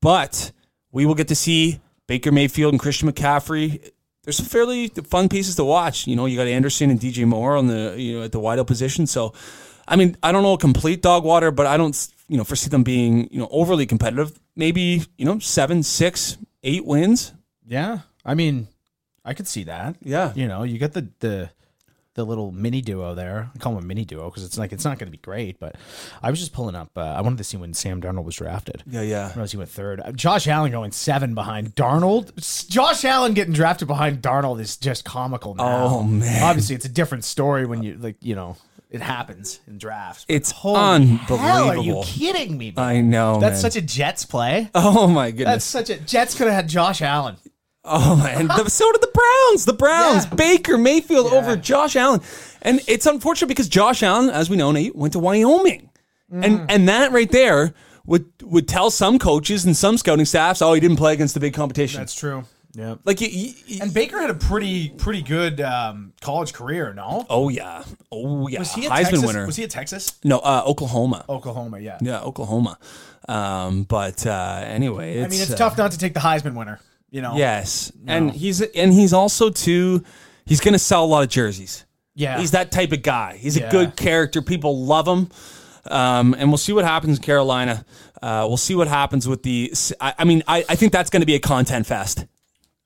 A: but we will get to see baker mayfield and christian mccaffrey there's some fairly fun pieces to watch. You know, you got Anderson and DJ Moore on the you know at the wideout position. So, I mean, I don't know a complete dog water, but I don't you know foresee them being you know overly competitive. Maybe you know seven, six, eight wins.
B: Yeah, I mean, I could see that.
A: Yeah.
B: you know, you got the the the little mini duo there. I call him a mini duo because it's like it's not going to be great. But I was just pulling up. Uh, I wanted to see when Sam Darnold was drafted.
A: Yeah, yeah.
B: I he went third. Uh, Josh Allen going seven behind Darnold. S- Josh Allen getting drafted behind Darnold is just comical. Now.
A: Oh, man.
B: Obviously, it's a different story when you like you know it happens in drafts. but
A: It's
B: Hell, are you
A: unbelievable.
B: kidding me? man?
A: I know.
B: That's
A: man.
B: such a Jets play.
A: Oh my
B: That's
A: goodness.
B: such a Jets could have had Josh Allen.
A: Oh my. And the, so did the Browns. The Browns.
B: Yeah.
A: Baker Mayfield
B: Yeah.
A: over Josh Allen, and it's unfortunate because Josh Allen, as we know, Nate, went to Wyoming,
C: Mm.
A: and and that right there. Would, would tell some coaches and some scouting staffs, oh, he didn't play against the big competition.
B: That's true. Yeah.
A: Like, y- y- y-
C: And Baker had a pretty pretty good um, college career, no?
A: oh yeah, oh yeah,
C: Was he a
A: Heisman
C: Texas?
A: winner.
C: Was he a Texas?
A: no, uh, Oklahoma.
C: Oklahoma, yeah.
A: Yeah, Oklahoma. Um, but uh, anyway, it's,
C: I mean, it's
A: uh,
C: tough not to take the Heisman winner, you know.
A: Yes, and he's and he's also too. He's going to sell a lot of jerseys.
C: yeah.
A: He's that type of guy. He's
C: Yeah.
A: a good character. People love him. Um, and we'll see what happens in Carolina. Uh, we'll see what happens with the. I, I mean, I, I think that's going to be a content fest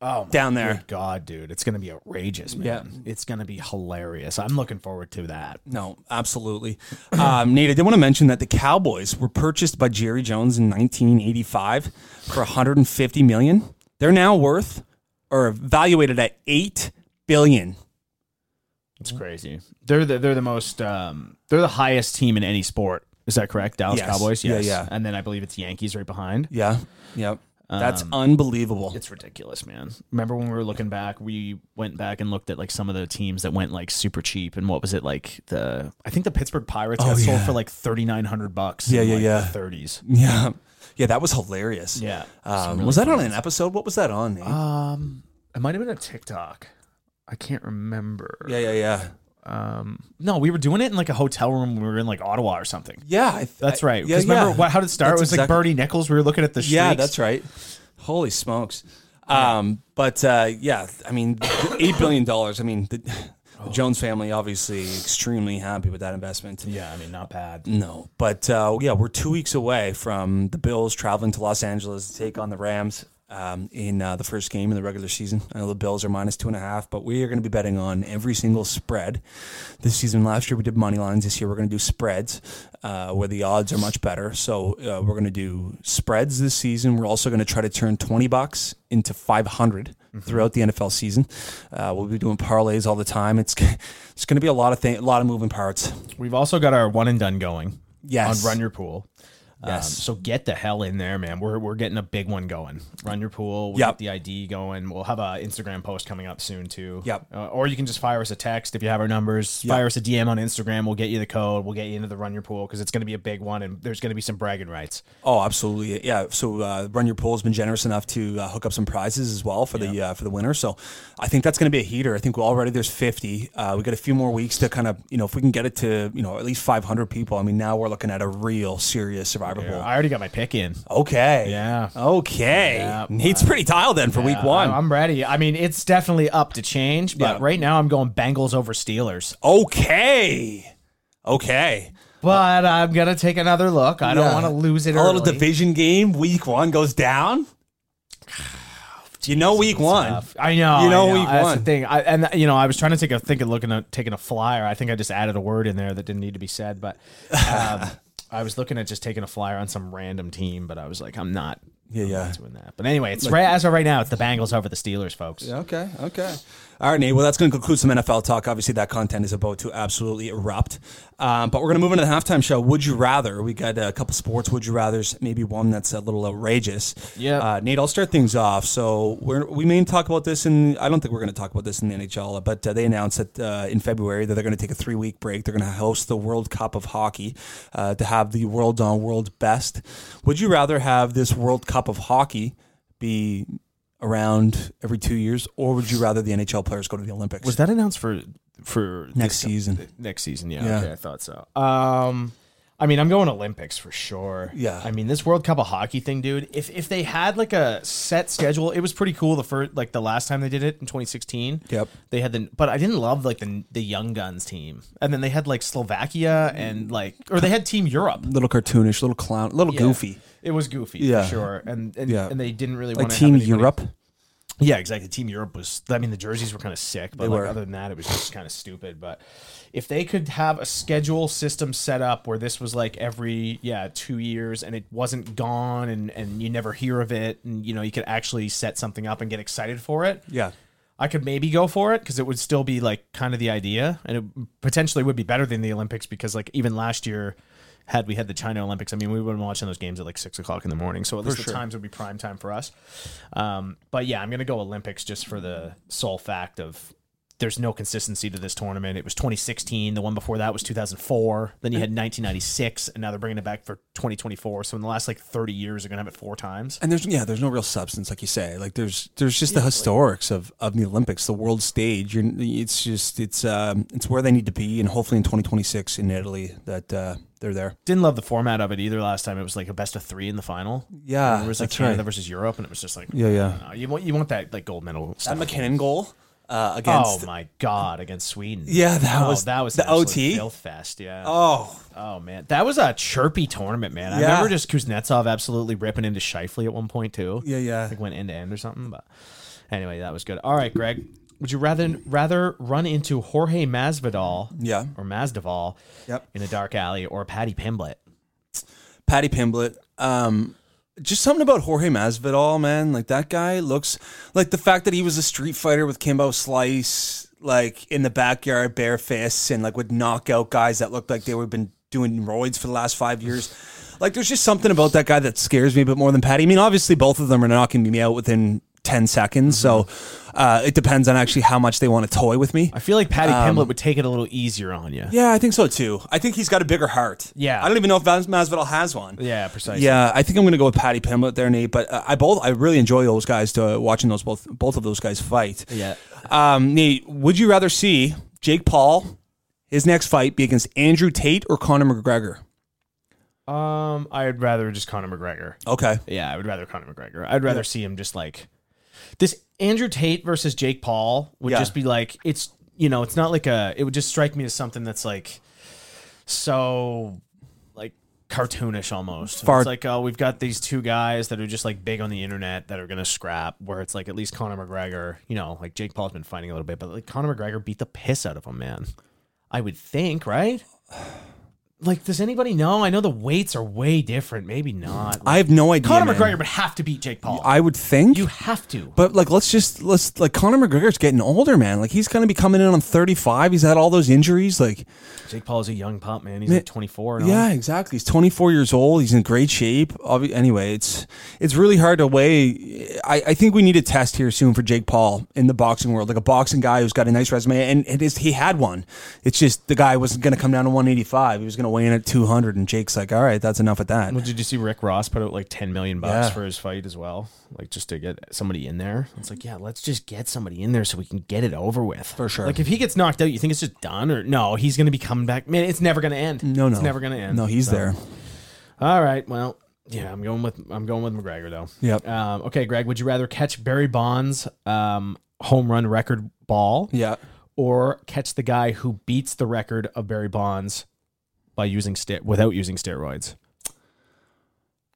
C: oh my
A: down there.
C: God, dude, it's gonna be outrageous, man.
A: Yeah.
C: It's gonna be hilarious. I'm looking forward to that.
A: No, absolutely. Um, Nate, I did want to mention that the Cowboys were purchased by Jerry Jones in 1985 for 150 million. They're now worth or valuated at eight billion.
B: It's crazy. They're the they're the most um, they're the highest team in any sport. Is that correct? Dallas
A: Yes.
B: Cowboys.
A: Yeah,
B: Yes.
A: yeah.
B: And then I believe it's Yankees right behind.
A: Yeah, yep. That's unbelievable.
B: It's ridiculous, man. Remember when we were looking back, we went back and looked at like some of the teams that went like super cheap and what was it like the I think the Pittsburgh Pirates got sold
A: Oh, yeah.
B: for like 3900 bucks
A: Yeah,
B: in,
A: yeah,
B: like,
A: yeah.
B: the 30s.
A: Yeah, yeah. That was hilarious.
B: Yeah.
A: Um, was that on an episode? What was that on? Nate?
B: Um it might have been a TikTok. I can't remember.
A: yeah, yeah, yeah.
B: Um no, we were doing it in like a hotel room we were in like Ottawa or something.
A: Yeah, I th-
B: That's
A: I-
B: right.
A: Yeah,
B: Because remember
A: yeah.
B: what, how did it start?
A: That's
B: it was
A: exactly-
B: like Bernie Nichols. We were looking at the streaks.
A: Yeah, that's right. Holy smokes. Um, but uh, yeah, I mean, the eight billion dollars. I mean, the,
B: Oh.
A: the Jones family obviously extremely happy with that investment.
B: Yeah, I mean, not bad.
A: No, but uh, yeah, we're two weeks away from the Bills traveling to Los Angeles to take on the Rams. Um, in uh, the first game in the regular season, I know the Bills are minus two and a half, but we are going to be betting on every single spread this season. Last year we did money lines. This year we're going to do spreads, uh, where the odds are much better. So uh, we're going to do spreads this season. We're also going to try to turn twenty bucks into five
B: Mm-hmm.
A: throughout the NFL season. Uh, we'll be doing parlays all the time. It's it's going to be a lot of thing, a lot of moving parts.
B: We've also got our one and done going.
A: Yes.
B: On Run Your Pool. Um,
A: Yes.
B: so get the hell in there, man. We're, we're getting a big one going. Run Your Pool. We'll
A: Yep.
B: get the ID going. We'll have a Instagram post coming up soon, too.
A: Yep.
B: Uh, or you can just fire us a text if you have our numbers. Fire us a DM on Instagram. We'll get you the code. We'll get you into the Run Your Pool because it's going to be a big one and there's going to be some bragging rights.
A: Oh, absolutely. Yeah. So uh, Run Your Pool has been generous enough to uh, hook up some prizes as well for the uh, for the winner. So I think that's going to be a heater. I think we're already there's 50. Uh, we got a few more weeks to kind of you know if we can get it to you know at least 500 people. I mean now we're looking at a real serious survivor bowl.
B: I already got my pick in.
A: Okay.
B: Yeah.
A: Okay.
B: Yeah.
A: Nate's pretty dialed then for week
B: Yeah,
A: one.
B: I- Uh, I'm ready. I mean, it's definitely up to change, but
A: Yeah.
B: right now I'm going Bengals over Steelers.
A: okay. Okay.
B: But I'm gonna take another look. I don't
A: Yeah.
B: want to lose it.
A: A little
B: early.
A: division game. Week one goes down. you know, week one.
B: Tough. I know.
A: You know
B: I
A: we've
B: That's
A: won.
B: the thing. I, and you know, I was trying to take a think of looking at taking a flyer. I think I just added a word in there that didn't need to be said, but um, I was looking at just taking a flyer on some random team. But I was like, I'm not.
A: Yeah,
B: I'm
A: yeah.
B: not doing that. But anyway, it's right as of right now. It's the Bengals over the Steelers, folks.
A: Okay. Okay. All right, Nate. Well, that's going to conclude some NFL talk. Obviously, that content is about to absolutely erupt. Um, but we're going to move into the halftime show. Would you rather? We got a couple sports. Would you rather's? Maybe one that's a little outrageous.
B: Yeah.
A: Uh, Nate, I'll start things off. So we're, we may talk about this, in I don't think we're going to talk about this in the NHL. But uh, they announced that uh, in February that they're going to take a three week break. They're going to host the World Cup of Hockey uh, to have the world on world best. Would you rather have this World Cup of Hockey? Be around every two years, or would you rather the NHL players go to the Olympics
B: Was that announced for for
A: next season?
B: next season. Yeah,
A: Yeah.
B: okay, I thought so. Um, I mean, I'm going Olympics for sure.
A: Yeah.
B: I mean, this World Cup of hockey thing, dude. If if they had like a set schedule, it was pretty cool. The first, like the last time they did it in 2016.
A: Yep.
B: They had the, but I didn't love like the the young guns team, and then they had like Slovakia and like, or they had Team Europe.
A: Little cartoonish, little clown, little
B: Yeah.
A: goofy,
B: It was goofy,
A: Yeah.
B: for sure, and and,
A: Yeah.
B: and they didn't really
A: like
B: want to
A: Team
B: have anybody-
A: Europe.
B: yeah, exactly. Team Europe was. I mean, the jerseys were kind of sick, but
A: They
B: like,
A: were.
B: other than that, it was just kind of stupid. But if they could have a schedule system set up where this was like every yeah two years, and it wasn't gone, and and you never hear of it, and you know you could actually set something up and get excited for it.
A: Yeah,
B: I could maybe go for it because it would still be like kind of the idea, and it potentially would be better than the Olympics because like even last year, had we had the China Olympics, I mean we would have been watching those games at like six o'clock in the morning, so at least the times would be prime time for us. Um, but yeah, I'm gonna go Olympics just for the sole fact of there's no consistency to this tournament. It was 2016. The one before that was 2004. Then you had 1996, and now they're bringing it back for 2024. So in the last like 30 years, they're gonna have it four times.
A: And there's yeah, there's no real substance, like you say. Like there's there's just the historics of, of the Olympics, the world stage. You're, it's just it's um it's where they need to be, and hopefully in 2026 in Italy that uh, they're there.
B: Didn't love the format of it either. Last time it was like a best of three in the final.
A: Yeah,
B: And it was like
A: that's
B: Canada
A: right.
B: versus Europe, and it was just like
A: Yeah, yeah.
B: no, you want you want that like gold medal
A: That
B: stuff.
A: McKinnon goal uh,
B: Oh
A: against.
B: my god, against Sweden.
A: Yeah, that
B: Oh,
A: was-
B: that was
A: the
B: an
A: OT?
B: absolute filth fest. Yeah.
A: Oh,
B: Oh man, that was a chirpy tournament, man. I
A: Yeah.
B: remember just Kuznetsov absolutely ripping into Shifley at one point too.
A: Yeah, yeah.
B: I think went end to end or something. But anyway, that was good. All right, Greg, would you rather rather run into Jorge Masvidal,
A: Yeah.
B: or Masvidal,
A: Yep.
B: in a dark alley or Patty Pimblett?
A: Patty Pimblett. Um, just something about Jorge Masvidal, man. Like that guy looks like the fact that he was a street fighter with Kimbo Slice, like in the backyard, bare fists, and like would knock out guys that looked like they would have been doing roids for the last five years. Like there's just something about that guy that scares me a bit more than Patty. I mean, obviously both of them are knocking me out within ten seconds, so uh, it depends on actually how much they want to toy with me.
B: Mm-hmm. I feel like Patty Pimblett would take it a little easier on you.
A: Yeah, I think so too. I think he's got a bigger heart.
B: Yeah.
A: I don't even know if Mas- Masvidal has one.
B: Yeah, precisely.
A: Yeah, I think I'm going to go with Patty Pimblett there, Nate. But uh, I both I really enjoy those guys to watching those both both of those guys fight.
B: Yeah.
A: Um, Nate, would you rather see Jake Paul his next fight be against Andrew Tate or Conor McGregor?
B: Um, I'd rather just Conor McGregor.
A: Okay.
B: Yeah, I would rather Conor McGregor. I'd rather see him just like this Andrew Tate versus Jake Paul would
A: Yeah.
B: just be like it's you know, it's not like a it would just strike me as something that's like so like cartoonish almost.
A: Far-
B: It's like oh, we've got these two guys that are just like big on the internet that are going to scrap where it's like at least Conor McGregor, you know, like Jake Paul's been fighting a little bit, but like Conor McGregor beat the piss out of him, man. I would think, right? Like, does anybody know? I know the weights are way different. Maybe not.
A: I have no idea.
B: Conor
A: man.
B: McGregor would have to beat Jake Paul.
A: I would think.
B: you have to.
A: but like, let's just let's like Conor McGregor's getting older, man. Like he's going to be coming in on 35. He's had all those injuries. Like,
B: Jake Paul is a young pup, man. He's like 24. And
A: yeah, exactly. He's 24 years old. He's in great shape. Obvi- Anyway, it's it's really hard to weigh. I, I think we need a test here soon for Jake Paul in the boxing world, like a boxing guy who's got a nice resume, and it is he had one. It's just the guy wasn't going to come down to 185. He was going to weigh in at 200, and Jake's like, all right, that's enough at that.
B: Well, did you see Rick Ross put out like 10 million bucks
A: Yeah.
B: for his fight as well? Like just to get somebody in there. It's like, yeah, let's just get somebody in there so we can get it over with. For
A: sure.
B: Like if he gets knocked out, you think it's just done or no, he's going to be coming back. Man, it's never going to end.
A: No, no,
B: It's never going to end.
A: No, he's
B: So-
A: there.
B: All right. Well, yeah, I'm going with I'm going with McGregor though.
A: Yep.
B: Um, okay, Greg, would you rather catch Barry Bonds um, home run record ball
A: Yeah.
B: or catch the guy who beats the record of Barry Bonds by using st- without using steroids.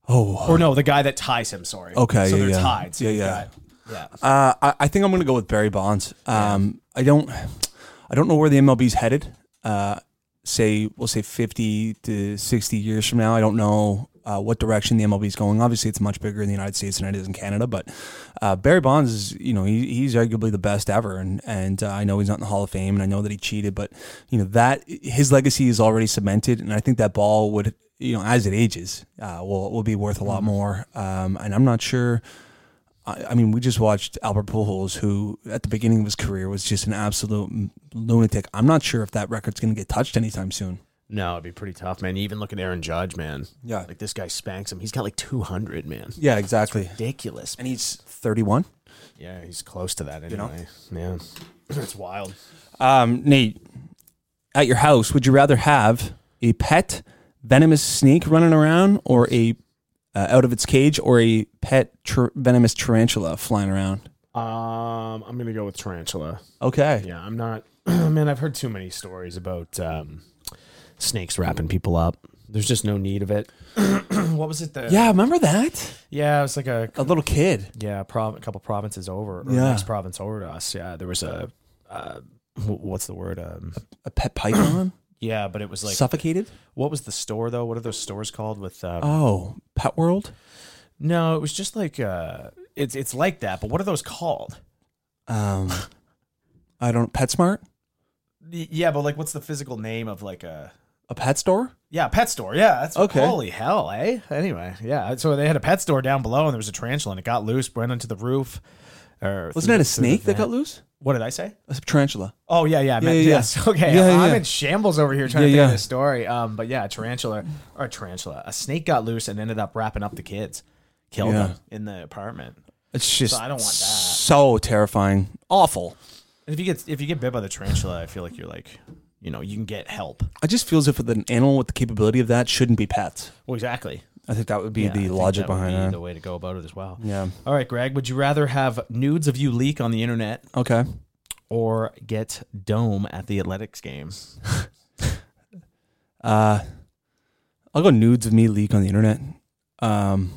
A: Oh,
B: Or no, the guy that ties him. Sorry.
A: Okay,
B: So
A: yeah,
B: they're
A: yeah.
B: tied. So
A: Yeah,
B: you've
A: yeah.
B: got- yeah.
A: uh, I, I think I'm going to go with Barry Bonds. Um, I don't, I don't know where the MLB's headed. Uh, say we'll say 50 to 60 years from now. I don't know uh, what direction the MLB is going. Obviously, it's much bigger in the United States than it is in Canada. But uh, Barry Bonds is, you know, he, he's arguably the best ever, and and uh, I know he's not in the Hall of Fame, and I know that he cheated, but you know that his legacy is already cemented, and I think that ball would. You know, as it ages, uh, will will be worth a lot more. Um, and I'm not sure. I, I mean, we just watched Albert Pujols, who at the beginning of his career was just an absolute m- lunatic. I'm not sure if that record's going to get touched anytime soon.
B: No, it'd be pretty tough, man. You even look at Aaron Judge, man.
A: Yeah.
B: Like this guy spanks him. He's got like 200, man.
A: Yeah, exactly.
B: Ridiculous.
A: And he's 31.
B: Yeah, he's close to that
A: know?
B: anyway. Yeah. That's wild.
A: Um, Nate, at your house, would you rather have a pet venomous snake running around, or a uh, out of its cage, or a pet tr- venomous tarantula flying around?
B: Um, I'm gonna go with tarantula.
A: Okay.
B: Yeah, I'm not. man, I've heard too many stories about um, snakes wrapping people up. There's just no need of it. what was it? The,
A: Yeah, remember that?
B: yeah, it was like a
A: A little kid.
B: yeah, prov- a couple provinces over, or
A: Yeah.
B: next province over to us. Yeah, there was a uh, wh- what's the word? Um,
A: A pet python?
B: yeah, but it was like
A: Suffocated?
B: what was the store though? What are those stores called? With um,
A: Oh, Pet World?
B: no, it was just like uh, it's it's like that. But what are those called?
A: Um, I don't. PetSmart,
B: Y- Yeah, but like, what's the physical name of like a
A: a pet store.
B: Yeah, pet store. Yeah, that's
A: Okay.
B: Holy hell, eh? Anyway, yeah. So they had a pet store down below, and there was a tarantula, and it got loose, went onto the roof. Or
A: Wasn't it a snake that got
B: loose?
A: loose?
B: What did I say?
A: A tarantula.
B: Oh yeah, yeah, I meant-
A: yeah, yeah.
B: yes. Okay,
A: Yeah, yeah,
B: I'm
A: yeah.
B: in shambles over here trying to
A: Yeah,
B: think
A: yeah.
B: of this story. Um, but yeah, a tarantula or a tarantula, a snake got loose and ended up wrapping up the kids, killed
A: Yeah.
B: them in the apartment.
A: It's just
B: So I don't want that.
A: so terrifying, awful.
B: And if you get if you get bit by the tarantula, I feel like you're like, you know, you can get help.
A: I just feel as if an animal with the capability of that shouldn't be pets.
B: Well, exactly.
A: I think that would be
B: Yeah, I
A: the
B: think
A: logic
B: that would
A: behind
B: be
A: that.
B: The way to go about it as well.
A: Yeah.
B: All right, Greg. Would you rather have nudes of you leak on the internet
A: Okay.
B: or get dome at the athletics game?
A: Uh, I'll go nudes of me leak on the internet. Um,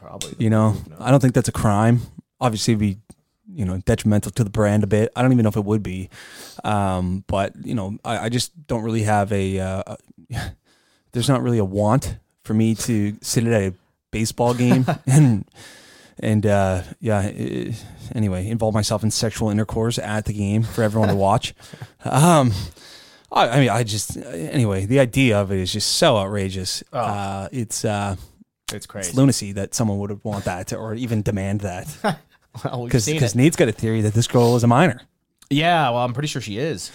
B: Probably.
A: you know, I don't think that's a crime. Obviously, it'd be you know detrimental to the brand a bit. I don't even know if it would be. Um, but you know, I, I just don't really have a. Uh, a- there's not really a want for me to sit at a baseball game and and uh, yeah. eh, anyway, involve myself in sexual intercourse at the game for everyone to watch. Um, I, I mean, I just anyway. The idea of it is just so outrageous.
B: Oh.
A: Uh, it's. Uh,
B: It's
A: it's
B: crazy.
A: lunacy that someone would want that or even demand that
B: Well, we've
A: because
B: seen it.
A: Nate's got a theory that this girl is a minor.
B: Yeah, well, I'm pretty sure she is,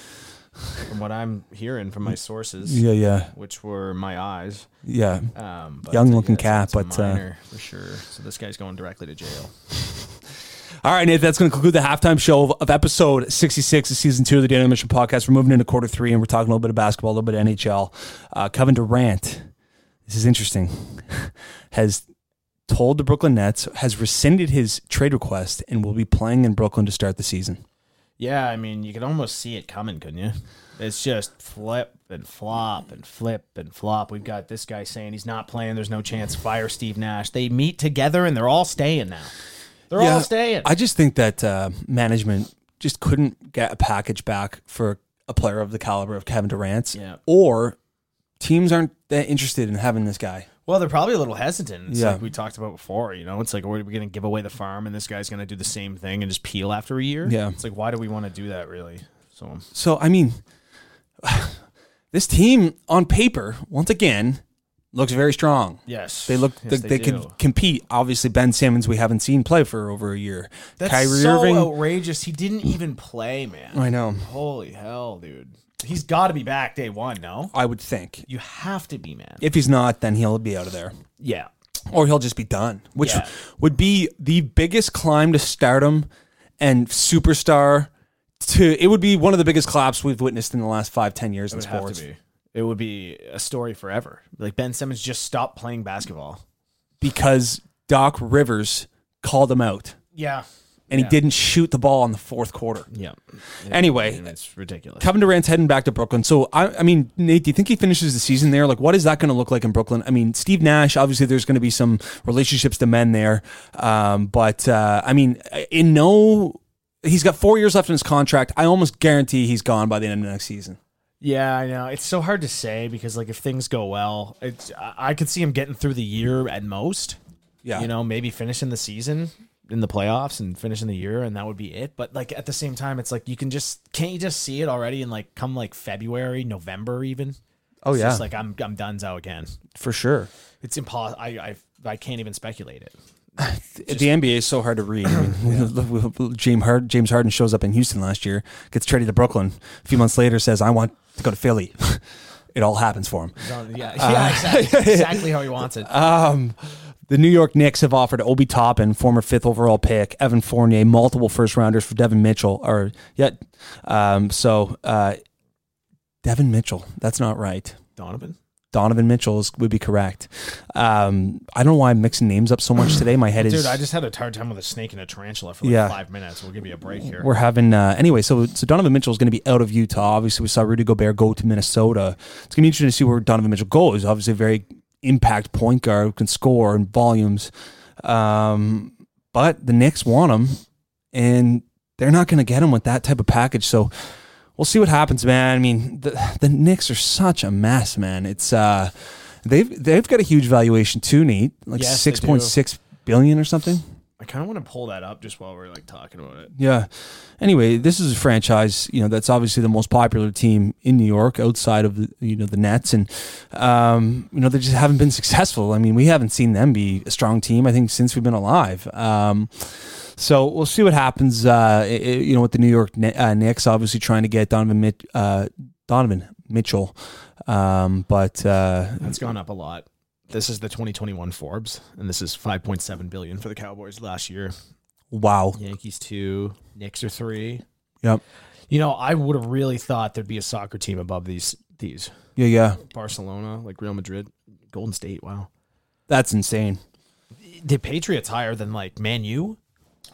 B: from what I'm hearing from my sources,
A: Yeah, yeah,
B: which were my eyes.
A: yeah.
B: Um, but,
A: Young-looking
B: it's-
A: cat,
B: it's a
A: but, uh,
B: minor for sure. So this guy's going directly to jail.
A: All right, Nate, that's going to conclude the halftime show of, of episode 66 of season two of the Daily Mission podcast. We're moving into quarter three and we're talking a little bit of basketball, a little bit of NHL. Uh, Kevin Durant, this is interesting, has told the Brooklyn Nets, has rescinded his trade request and will be playing in Brooklyn to start the season.
B: Yeah, I mean, you could almost see it coming, couldn't you? It's just flip and flop and flip and flop. We've got this guy saying he's not playing. There's no chance. Fire Steve Nash. They meet together and they're all staying now. They're all staying.
A: I just think that uh, management just couldn't get a package back for a player of the caliber of Kevin Durant.
B: Yeah.
A: Or teams aren't that interested in having this guy.
B: Well, they're probably a little hesitant. It's
A: Yeah.
B: like we talked about before, you know, it's like we're going to give away the farm and this guy's going to do the same thing and just peel after a year.
A: Yeah.
B: It's like, why do we want to do that really? So,
A: So I mean, this team on paper, once again, looks very strong.
B: yes.
A: They look
B: Yes,
A: they, they,
B: do.
A: can compete. Obviously, Ben Simmons we haven't seen play for over a year.
B: That's
A: Kyrie
B: so
A: Irving.
B: outrageous. He didn't even play, man.
A: I know.
B: Holy hell, dude. He's got to be back day one, no?
A: I would think.
B: You have to be, man.
A: If he's not, then he'll be out of there.
B: Yeah.
A: or he'll just be done, which
B: Yeah.
A: would be the biggest climb to stardom and superstar. To it would be one of the biggest collapse we've witnessed in the last five, ten years in
B: It would have
A: sports
B: to be. It would be a story forever. Like Ben Simmons just stopped playing basketball.
A: because Doc Rivers called him out
B: Yeah.
A: and he didn't shoot the ball in the fourth quarter.
B: Yeah.
A: Anyway,
B: And it's ridiculous.
A: Kevin Durant's heading back to Brooklyn. So I, I mean, Nate, do you think he finishes the season there? Like, what is that going to look like in Brooklyn? I mean, Steve Nash. Obviously, there's going to be some relationships to men there, um, but uh, I mean, in no, he's got four years left in his contract. I almost guarantee he's gone by the end of next season.
B: Yeah, I know. It's so hard to say because like if things go well, it's I I could see him getting through the year at most.
A: Yeah,
B: You know, maybe finishing the season in the playoffs and finishing the year and that would be it. But like at the same time, it's like you can just can't you just see it already and like come like February, November even.
A: Oh
B: It's
A: yeah,
B: just like I'm I'm donezo again.
A: for sure.
B: It's impossible. I I I can't even speculate it.
A: the NBA is so hard to read. I mean, James Harden, James Harden shows up in Houston last year, gets traded to Brooklyn. A few months later, says, "I want to go to Philly." it all happens for him.
B: Yeah,
A: Uh,
B: yeah, exactly, exactly how he wants it.
A: Um, the New York Knicks have offered Obi Toppin, former fifth overall pick, Evan Fournier, multiple first rounders for Devin Mitchell. Or yet, um, so uh, Devin Mitchell. That's not right.
B: Donovan.
A: Donovan Mitchell is, would be correct. Um, I don't know why I'm mixing names up so much today. My head is.
B: Dude, I just had a hard time with a snake and a tarantula for like
A: Yeah.
B: five minutes. We'll give you a break here.
A: we're having uh, anyway. So so Donovan Mitchell is going to be out of Utah. Obviously, we saw Rudy Gobert go to Minnesota. It's going to be interesting to see where Donovan Mitchell goes. Obviously, a very impact point guard who can score in volumes. Um, but the Knicks want him, and they're not going to get him with that type of package. So we'll see what happens, man. I mean, the the Knicks are such a mess, man. It's uh, they've they've got a huge valuation too, Nate. Like
B: Yes, they do.
A: six point six billion or something.
B: I kind of want to pull that up just while we're like talking about it.
A: Yeah. Anyway, this is a franchise, you know, that's obviously the most popular team in New York outside of the, you know, the Nets and um, you know, they just haven't been successful. I mean, we haven't seen them be a strong team I think since we've been alive. Um, so we'll see what happens uh, i- i- you know, with the New York Kn- uh, Knicks obviously trying to get Donovan Mit- uh, Donovan Mitchell. Um, but uh,
B: That's gone up a lot. This is the 2021 Forbes, and this is 5.7 billion for the Cowboys last year.
A: wow.
B: Yankees two, Knicks are three.
A: Yep.
B: You know, I would have really thought there'd be a soccer team above these these
A: Yeah, yeah.
B: Barcelona, like Real Madrid, Golden State. Wow,
A: That's insane.
B: the Patriots higher than like Man U.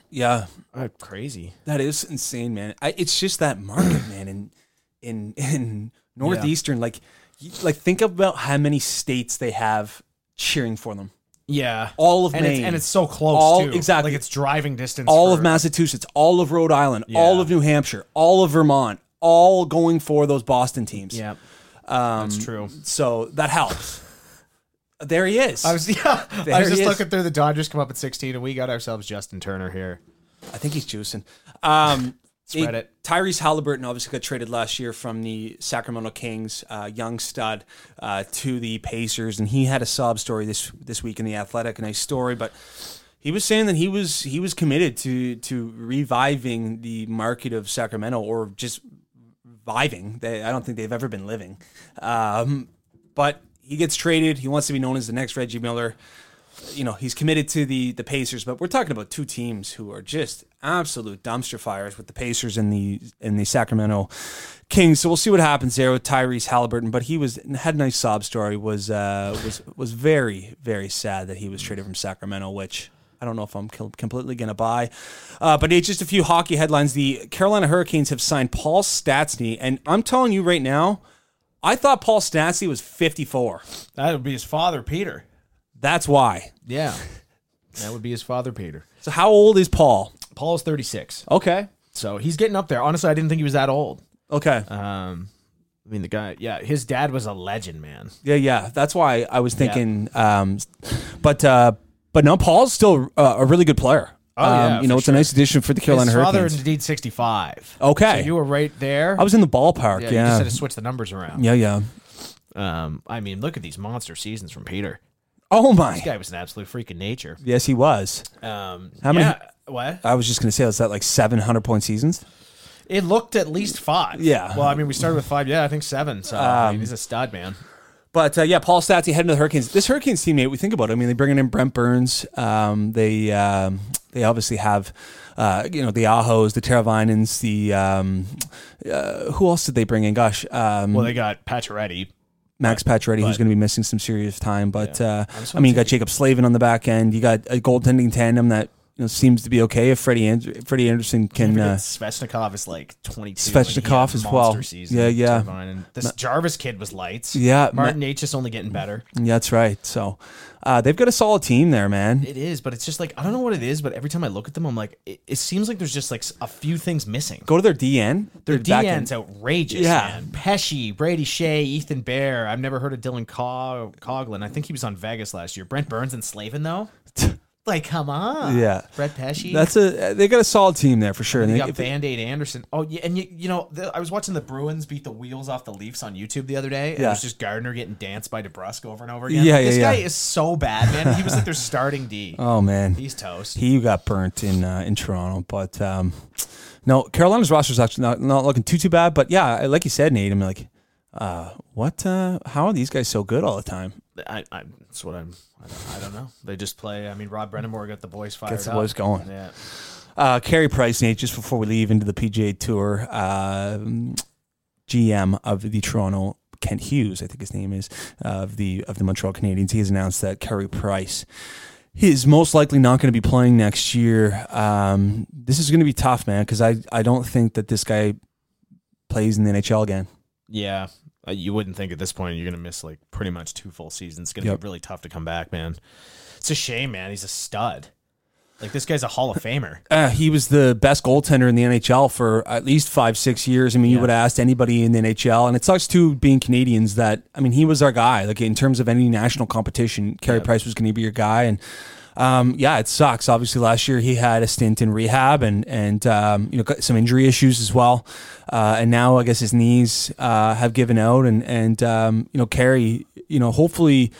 A: Yeah.
B: Uh, crazy.
A: That is insane, man. I, it's just that market, man, in in in northeastern. Like, y- like think about how many states they have cheering for them.
B: Yeah.
A: All of
C: and
A: Maine,
C: it's, and it's so close
A: All-
C: too.
A: exactly.
C: like it's driving distance.
A: all
C: for-
A: of Massachusetts, all of Rhode Island, all of New Hampshire, all of Vermont, all going for those Boston teams.
B: Yeah.
A: um,
B: That's true.
A: So that helps. there he is.
C: I was yeah.
A: There
C: I was
A: he
C: just
A: is.
C: looking through the Dodgers come up at 16, and we got ourselves Justin Turner here.
A: I think he's juicing. Um,
C: Spread it.
A: Tyrese Halliburton obviously got traded last year from the Sacramento Kings, uh, young stud, uh, to the Pacers, and he had a sob story this this week in the Athletic, a nice story, but he was saying that he was he was committed to to reviving the market of Sacramento or just reviving. They, I don't think they've ever been living, um, but he gets traded. He wants to be known as the next Reggie Miller you know he's committed to the the Pacers, but we're talking about two teams who are just absolute dumpster fires with the Pacers and the and the Sacramento Kings. So we'll see what happens there with Tyrese Halliburton. But he was had a nice sob story. Was uh, was was very very sad that he was traded from Sacramento, which. I don't know if I'm com- completely going to buy, uh, but it's just a few hockey headlines. The Carolina Hurricanes have signed Paul Stastny, and I'm telling you right now, I thought Paul Stastny was 54.
C: That would be his father, Peter.
A: That's why.
B: Yeah. that would be his father, Peter.
A: So how old is Paul?
B: Paul's 36.
A: Okay,
B: So he's getting up there. Honestly, I didn't think he was that old.
A: okay.
B: Um, I mean, the guy, yeah, his dad was a legend, man.
A: Yeah, yeah. That's why I was thinking. Um, but uh, but no, Paul's still uh, a really good player.
B: Oh, yeah,
A: um, you know,
B: for
A: it's a nice addition for the Carolina
C: His father
A: Hurricanes.
C: indeed 65.
A: Okay,
B: You were right there.
A: I was in the ballpark. Yeah,
B: You just
A: Oh, yeah,
B: had to switch the numbers around.
A: yeah,
B: Um, I mean, look at these monster seasons from Peter.
A: Oh my.
B: This guy was an absolute freak of nature.
A: Yes, he was.
B: Um,
A: How many-
B: yeah, what?
A: I was just gonna say, is that like seven hundred point seasons?
B: It looked at least five.
A: Yeah. Um,
B: Well, I mean, we started with five. Yeah, I think seven. So I mean, he's a stud, man.
A: But uh, yeah, Paul Stastny heading to the Hurricanes. This Hurricanes teammate, we think about. It, I mean, they're bringing in Brent Burns. Um, they um, they obviously have, uh, you know, the Ahos, the Teravinens, the um, uh, who else did they bring in? Gosh, um,
B: Well, they got Pacioretty.
A: Max Pacioretty, who's going to be missing some serious time. But uh,
B: I'm just
A: I mean, you got Jacob Slavin on the back end. You got a goaltending tandem that you know seems to be okay. If Freddie and- Freddie Anderson can,
B: Forget
A: uh,
B: Svechnikov is like 22.
A: Svechnikov as well. Yeah, yeah.
B: And this Jarvis kid was lights.
A: Yeah, Ma-
B: Martin H is only getting better.
A: yeah, that's right. So uh, they've got a solid team there, man.
B: It is, but it's just like I don't know what it is. But every time I look at them, I'm like, it, it seems like there's just like s- a few things missing.
A: Go to their DN.
B: Their
A: back
B: DN's outrageous,
A: Yeah.
B: man. Pesci, Brady Shea, Ethan Bear. I've never heard of Dylan Cog- Coughlin. I think he was on Vegas last year. Brent Burns and Slavin, though. like, come on.
A: Yeah.
B: Brett Pesci.
A: That's a they got a solid team there for sure. And
B: You
A: they-
B: got
A: if they-
B: Band Aid Anderson. Oh, yeah, and you, you know, the, I was watching the Bruins beat the wheels off the Leafs on YouTube the other day, and
A: Yeah.
B: it was just Gardner getting danced by DeBrusque over and over again.
A: Yeah,
B: Like,
A: yeah,
B: this
A: yeah.
B: guy is so bad, man. He was like their starting D.
A: oh man,
B: He's toast.
A: he got burnt in uh, in Toronto, but um, no, Carolina's roster's actually not, not looking too too bad. But yeah, like you said, Nate, I'm like, uh, what? Uh, how are these guys so good all the time?
B: I, I, that's what I'm. I don't, I don't know. They just play. I mean, Rob Brennamore got the boys fired.
A: Gets the
B: up.
A: boys going.
B: Yeah.
A: Uh, Carey Price, Nate, just before we leave into the PGA Tour, uh, GM of the Toronto Kent Hughes, I think his name is, of the of the Montreal Canadiens, he has announced that Carey Price is most likely not going to be playing next year. Um, this is going to be tough, man, because I, I don't think that this guy plays in the NHL again.
B: Yeah. Uh, You wouldn't think at this point you're going to miss like pretty much two full seasons. It's going to
A: Yep.
B: be really tough to come back, man. It's a shame, man. He's a stud. Like this guy's a Hall of Famer.
A: Uh, he was the best goaltender in the NHL for at least five, six years. I mean, you would have asked anybody in the NHL, and it sucks too being Canadians that I mean, he was our guy. Like in terms of any national competition, Carey Price was going to be your guy, and um, yeah, it sucks. Obviously, last year he had a stint in rehab and and um, you know got some injury issues as well. Uh, and now I guess his knees uh, have given out. And and um, you know Carey, you know hopefully.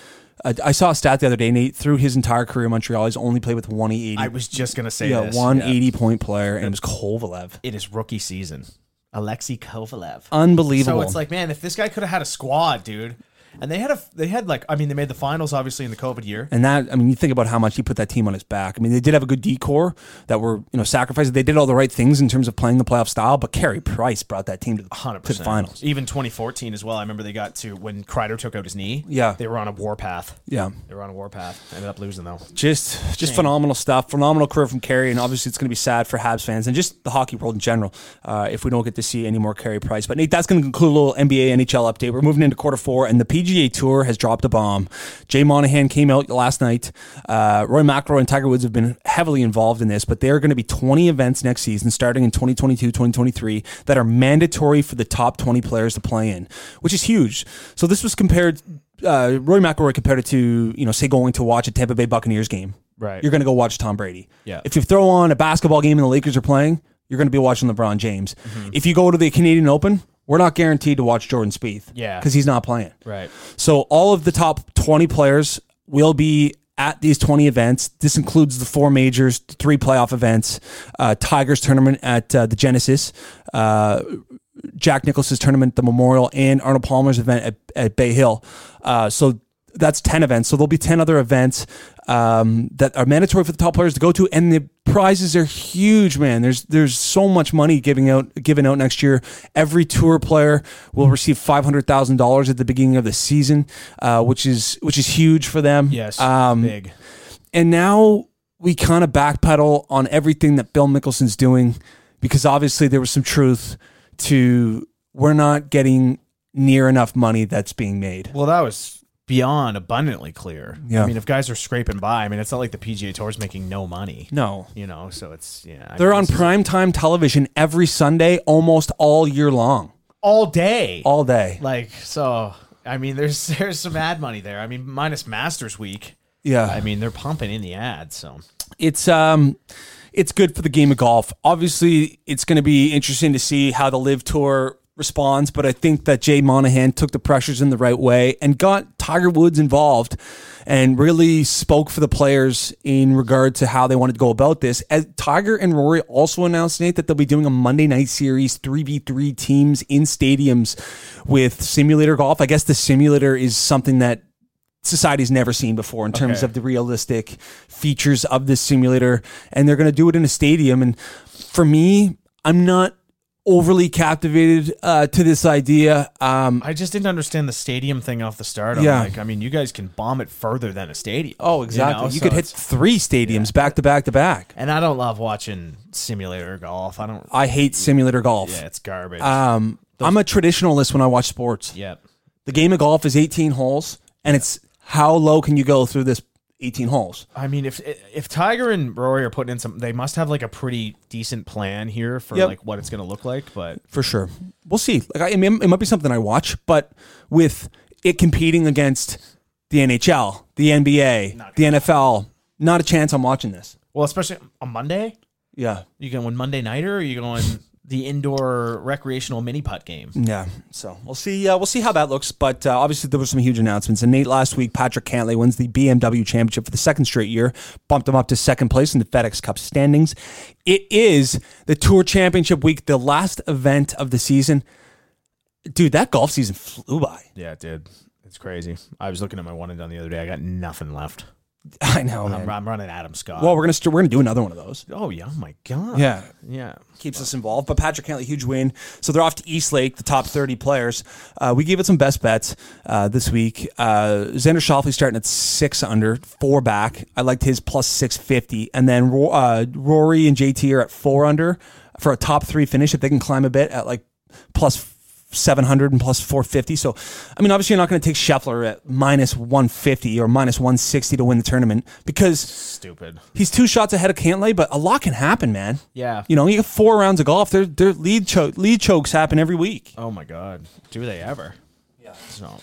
A: I I saw a stat the other day, Nate. Through his entire career in Montreal, he's only played with one E eighty.
B: I was just gonna say
A: yeah,
B: this.
A: one eighty point player, and it was Kovalev.
B: It is rookie season. Alexei Kovalev.
A: Unbelievable.
C: So it's like, man, if this guy could have had a squad, dude, and they had a, they had like, I mean, they made the finals obviously in the COVID year.
A: And that, I mean, you think about how much he put that team on his back. I mean, they did have a good decor that were, you know, sacrificed. They did all the right things in terms of playing the playoff style, but Carey Price brought that team to the,
C: Hundred
A: to the
C: percent.
A: finals.
B: Even 2014 as well. I remember they got to when Kreider took out his knee.
A: Yeah.
B: they were on a warpath.
A: Yeah.
B: They were on a warpath. Ended up losing though.
A: Just just phenomenal stuff. Phenomenal career from Carey. And obviously, it's going to be sad for Habs fans and just the hockey world in general uh, if we don't get to see any more Carey Price. But Nate, that's going to conclude a little NBA NHL update. We're moving into quarter four, and the PGA Tour has dropped a bomb. Jay Monahan came out last night. Uh, Roy McIlroy and Tiger Woods have been heavily involved in this, but there are going to be 20 events next season, starting in 2022, 2023, that are mandatory for the top 20 players to play in, which is huge. So this was compared. Uh, Roy McIlroy compared it to you know say going to watch a Tampa Bay Buccaneers game.
B: Right.
A: You're going to go watch Tom Brady.
B: Yeah.
A: If you throw on a basketball game and the Lakers are playing, you're going to be watching LeBron James.
B: Mm-hmm.
A: If you go to the Canadian Open, we're not guaranteed to watch Jordan Spieth.
B: Yeah.
A: Because he's not playing.
B: Right.
A: So all of the top 20 players will be at these 20 events. This includes the four majors, three playoff events, uh, Tigers tournament at uh, the Genesis, uh, Jack Nicklaus's tournament at the Memorial, and Arnold Palmer's event at, at Bay Hill. Uh, so that's 10 events. So there'll be 10 other events um, that are mandatory for the top players to go to. And the prizes are huge, man. There's there's so much money giving out given out next year. Every tour player will receive $500,000 at the beginning of the season, uh, which is which is huge for them.
B: Yes.
A: Um,
B: big.
A: and now we kind of backpedal on everything that Bill Mickelson's doing because obviously there was some truth to we're not getting near enough money that's being made.
B: Well, that was beyond abundantly clear.
A: Yeah.
B: I mean, if guys are scraping by, I mean, it's not like the PGA Tour is making no money.
A: No.
B: You know, so it's yeah. I
A: They're
B: mean,
A: on
B: it's
A: primetime television every Sunday almost all year long,
B: all day.
A: all day.
B: like so. I mean, there's there's some ad money there. I mean, minus Masters week.
A: Yeah.
B: I mean, they're pumping in the ads. So
A: it's um it's good for the game of golf. Obviously, it's going to be interesting to see how the Live Tour responds, but I think that Jay Monahan took the pressures in the right way and got Tiger Woods involved and really spoke for the players in regard to how they wanted to go about this. As Tiger and Rory also announced Nate that they'll be doing a Monday night series 3v3 teams in stadiums with simulator golf. I guess the simulator is something that society's never seen before in terms
B: Okay.
A: of the realistic features of this simulator and they're going to do it in a stadium and for me i'm not overly captivated uh, to this idea um,
B: I just didn't understand the stadium thing off the start. I'm
A: Yeah.
B: like, I mean, you guys can bomb it further than a stadium.
A: oh exactly you,
B: know, so
A: could hit
B: it's-
A: three stadiums back to back to back
B: And I don't love watching simulator golf. I don't.
A: i hate simulator golf
B: Yeah, it's garbage.
A: um, i'm a traditionalist when i watch sports
B: yep.
A: the game of golf is 18 holes and it's how low can you go through this 18 holes
B: I mean, if if Tiger and Rory are putting in some, they must have like a pretty decent plan here for
A: Yep.
B: like what it's going to look like. But
A: for sure. We'll see. Like I, I mean, it might be something I watch, but with it competing against the NHL, the NBA, the NFL, not a chance I'm watching this.
B: well, especially on Monday,
A: Yeah,
B: you going Monday nighter? Or are you going the indoor recreational mini putt game?
A: yeah. So we'll see. Uh, we'll see how that looks. But uh, obviously, there were some huge announcements. And Nate last week, Patrick Cantley wins the BMW Championship for the second straight year, bumped him up to second place in the FedEx Cup standings. It is the Tour Championship week, the last event of the season. Dude, that golf season flew by.
B: Yeah, it did. It's crazy. I was looking at my one and done the other day. I got nothing left.
A: I know, man.
B: I'm, I'm running Adam Scott.
A: Well, we're gonna st- we're gonna do another one of those.
B: oh yeah, oh my god.
A: Yeah,
B: yeah.
A: keeps us involved. But Patrick Cantley, huge win. So they're off to East Lake, the top thirty players. Uh, we gave it some best bets uh, this week. Uh, Xander Schauffele starting at six under, four back. I liked his plus six fifty, and then Ro- uh, Rory and JT are at four under for a top three finish if they can climb a bit at like plus. 700 and plus 450. So, I mean, obviously, you're not going to take Scheffler at minus 150 or minus 160 to win the tournament because
B: Stupid.
A: he's two shots ahead of Cantlay, but a lot can happen, man.
B: Yeah.
A: You know, you get four rounds of golf. Their their lead cho- lead chokes happen every week.
B: Oh my god. Do they ever? Yeah. Um, So,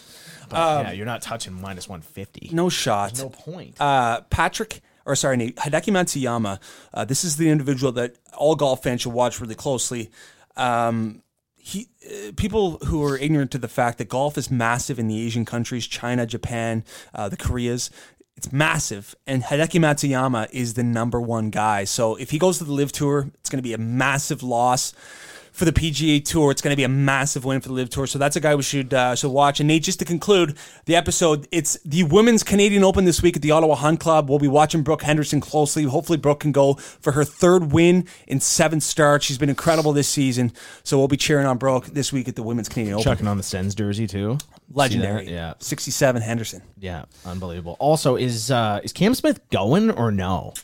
B: but, yeah, you're not touching minus 150.
A: No shot.
B: No point.
A: Uh, Patrick, or sorry, Nate, Hideki Matsuyama. Uh, this is the individual that all golf fans should watch really closely. Um, he, uh, people who are ignorant to the fact that golf is massive in the Asian countries, China, Japan, uh, the Koreas. It's massive, and Hideki Matsuyama is the number one guy. So if he goes to the Live Tour, it's going to be a massive loss for the PGA Tour. It's going to be a massive win for the Live Tour. So that's a guy we should uh, should watch. And Nate, just to conclude the episode, it's the Women's Canadian Open this week at the Ottawa Hunt Club. We'll be watching Brooke Henderson closely. Hopefully, Brooke can go for her third win in seven starts. She's been incredible this season. So we'll be cheering on Brooke this week at the Women's Canadian Open.
B: Chucking on the Sens jersey too.
A: Legendary,
B: See that? Yeah.
A: 67 Henderson.
B: Yeah, unbelievable. Also, is uh is Cam Smith going or no?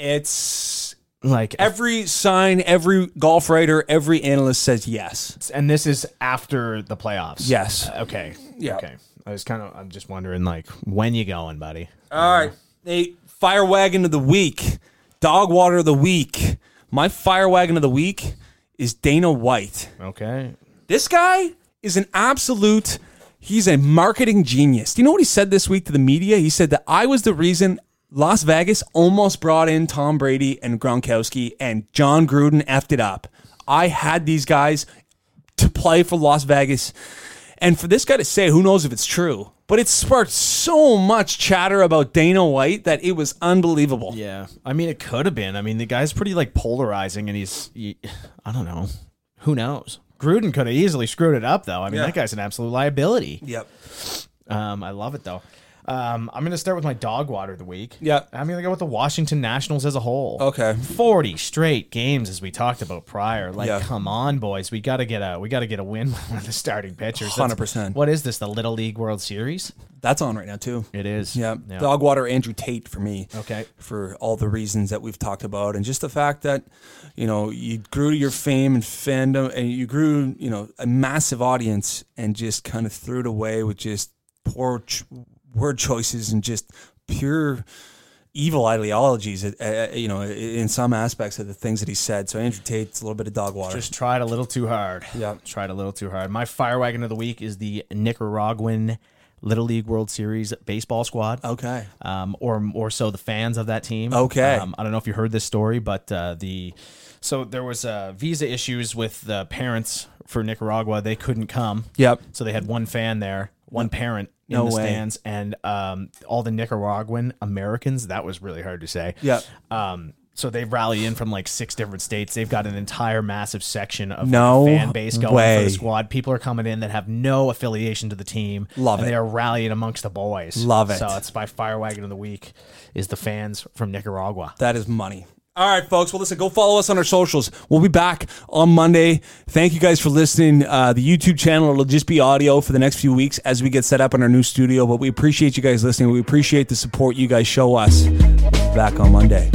A: It's
B: Like,
A: every sign, every golf writer, every analyst says yes.
B: and this is after the playoffs.
A: Yes.
B: Uh, okay.
A: Yeah.
B: Okay. I was kind of. I'm just wondering, like, when you going, buddy?
A: All right, Nate. Fire wagon of the week, dog water of the week. My fire wagon of the week is Dana White.
B: Okay.
A: This guy is an absolute. He's a marketing genius. Do you know what he said this week to the media? He said that I was the reason Las Vegas almost brought in Tom Brady and Gronkowski, and John Gruden effed it up. I had these guys to play for Las Vegas. And for this guy to say, who knows if it's true, but it sparked so much chatter about Dana White that it was unbelievable.
B: Yeah. I mean, it could have been. I mean, the guy's pretty like polarizing, and he's. He, I don't know. Who knows? Gruden could have easily screwed it up, though. I mean,
A: Yeah.
B: that guy's an absolute liability.
A: Yep.
B: Um, I love it though. Um, I'm gonna start with my dog water of the week.
A: Yeah.
B: I'm gonna go with the Washington Nationals as a whole.
A: Okay.
B: Forty straight games, as we talked about prior. Like,
A: Yeah.
B: come on, boys, we gotta get a we gotta get a win with one of the starting pitchers. That's-
A: 100%.
B: What is this? The Little League World Series?
A: That's on right now, too.
B: It is.
A: Yeah. Dog water Andrew Tate for me.
B: Okay.
A: For all the reasons that we've talked about and just the fact that, you know, you grew your fame and fandom and you grew, you know, a massive audience and just kind of threw it away with just poor ch- word choices and just pure evil ideologies, uh, uh, you know, in some aspects of the things that he said. So Andrew Tate's a little bit of dog water.
B: Just tried a little too hard.
A: Yeah.
B: Tried a little too hard. My fire wagon of the week is the Nicaraguan Little League World Series baseball squad.
A: okay.
B: um, or or so the fans of that team.
A: Okay.
B: Um, I don't know if you heard this story, but uh, the so there was uh, visa issues with the parents for Nicaragua. They couldn't come.
A: Yep.
B: So they had one fan there, one parent in
A: No
B: the
A: way.
B: stands, and um, all the Nicaraguan Americans. That was really hard to say.
A: Yep.
B: Um, so they rally in from like six different states. They've got an entire massive section of
A: No
B: fan base going for
A: way.
B: the squad. People are coming in that have no affiliation to the team.
A: Love
B: and
A: it.
B: They are rallying amongst the boys.
A: Love it.
B: So it's my fire wagon of the week is the fans from Nicaragua.
A: That is money. All right, folks. Well, listen, go follow us on our socials. We'll be back on Monday. Thank you guys for listening. Uh, the YouTube channel will just be audio for the next few weeks as we get set up in our new studio. But we appreciate you guys listening. We appreciate the support you guys show us. We'll be back on Monday.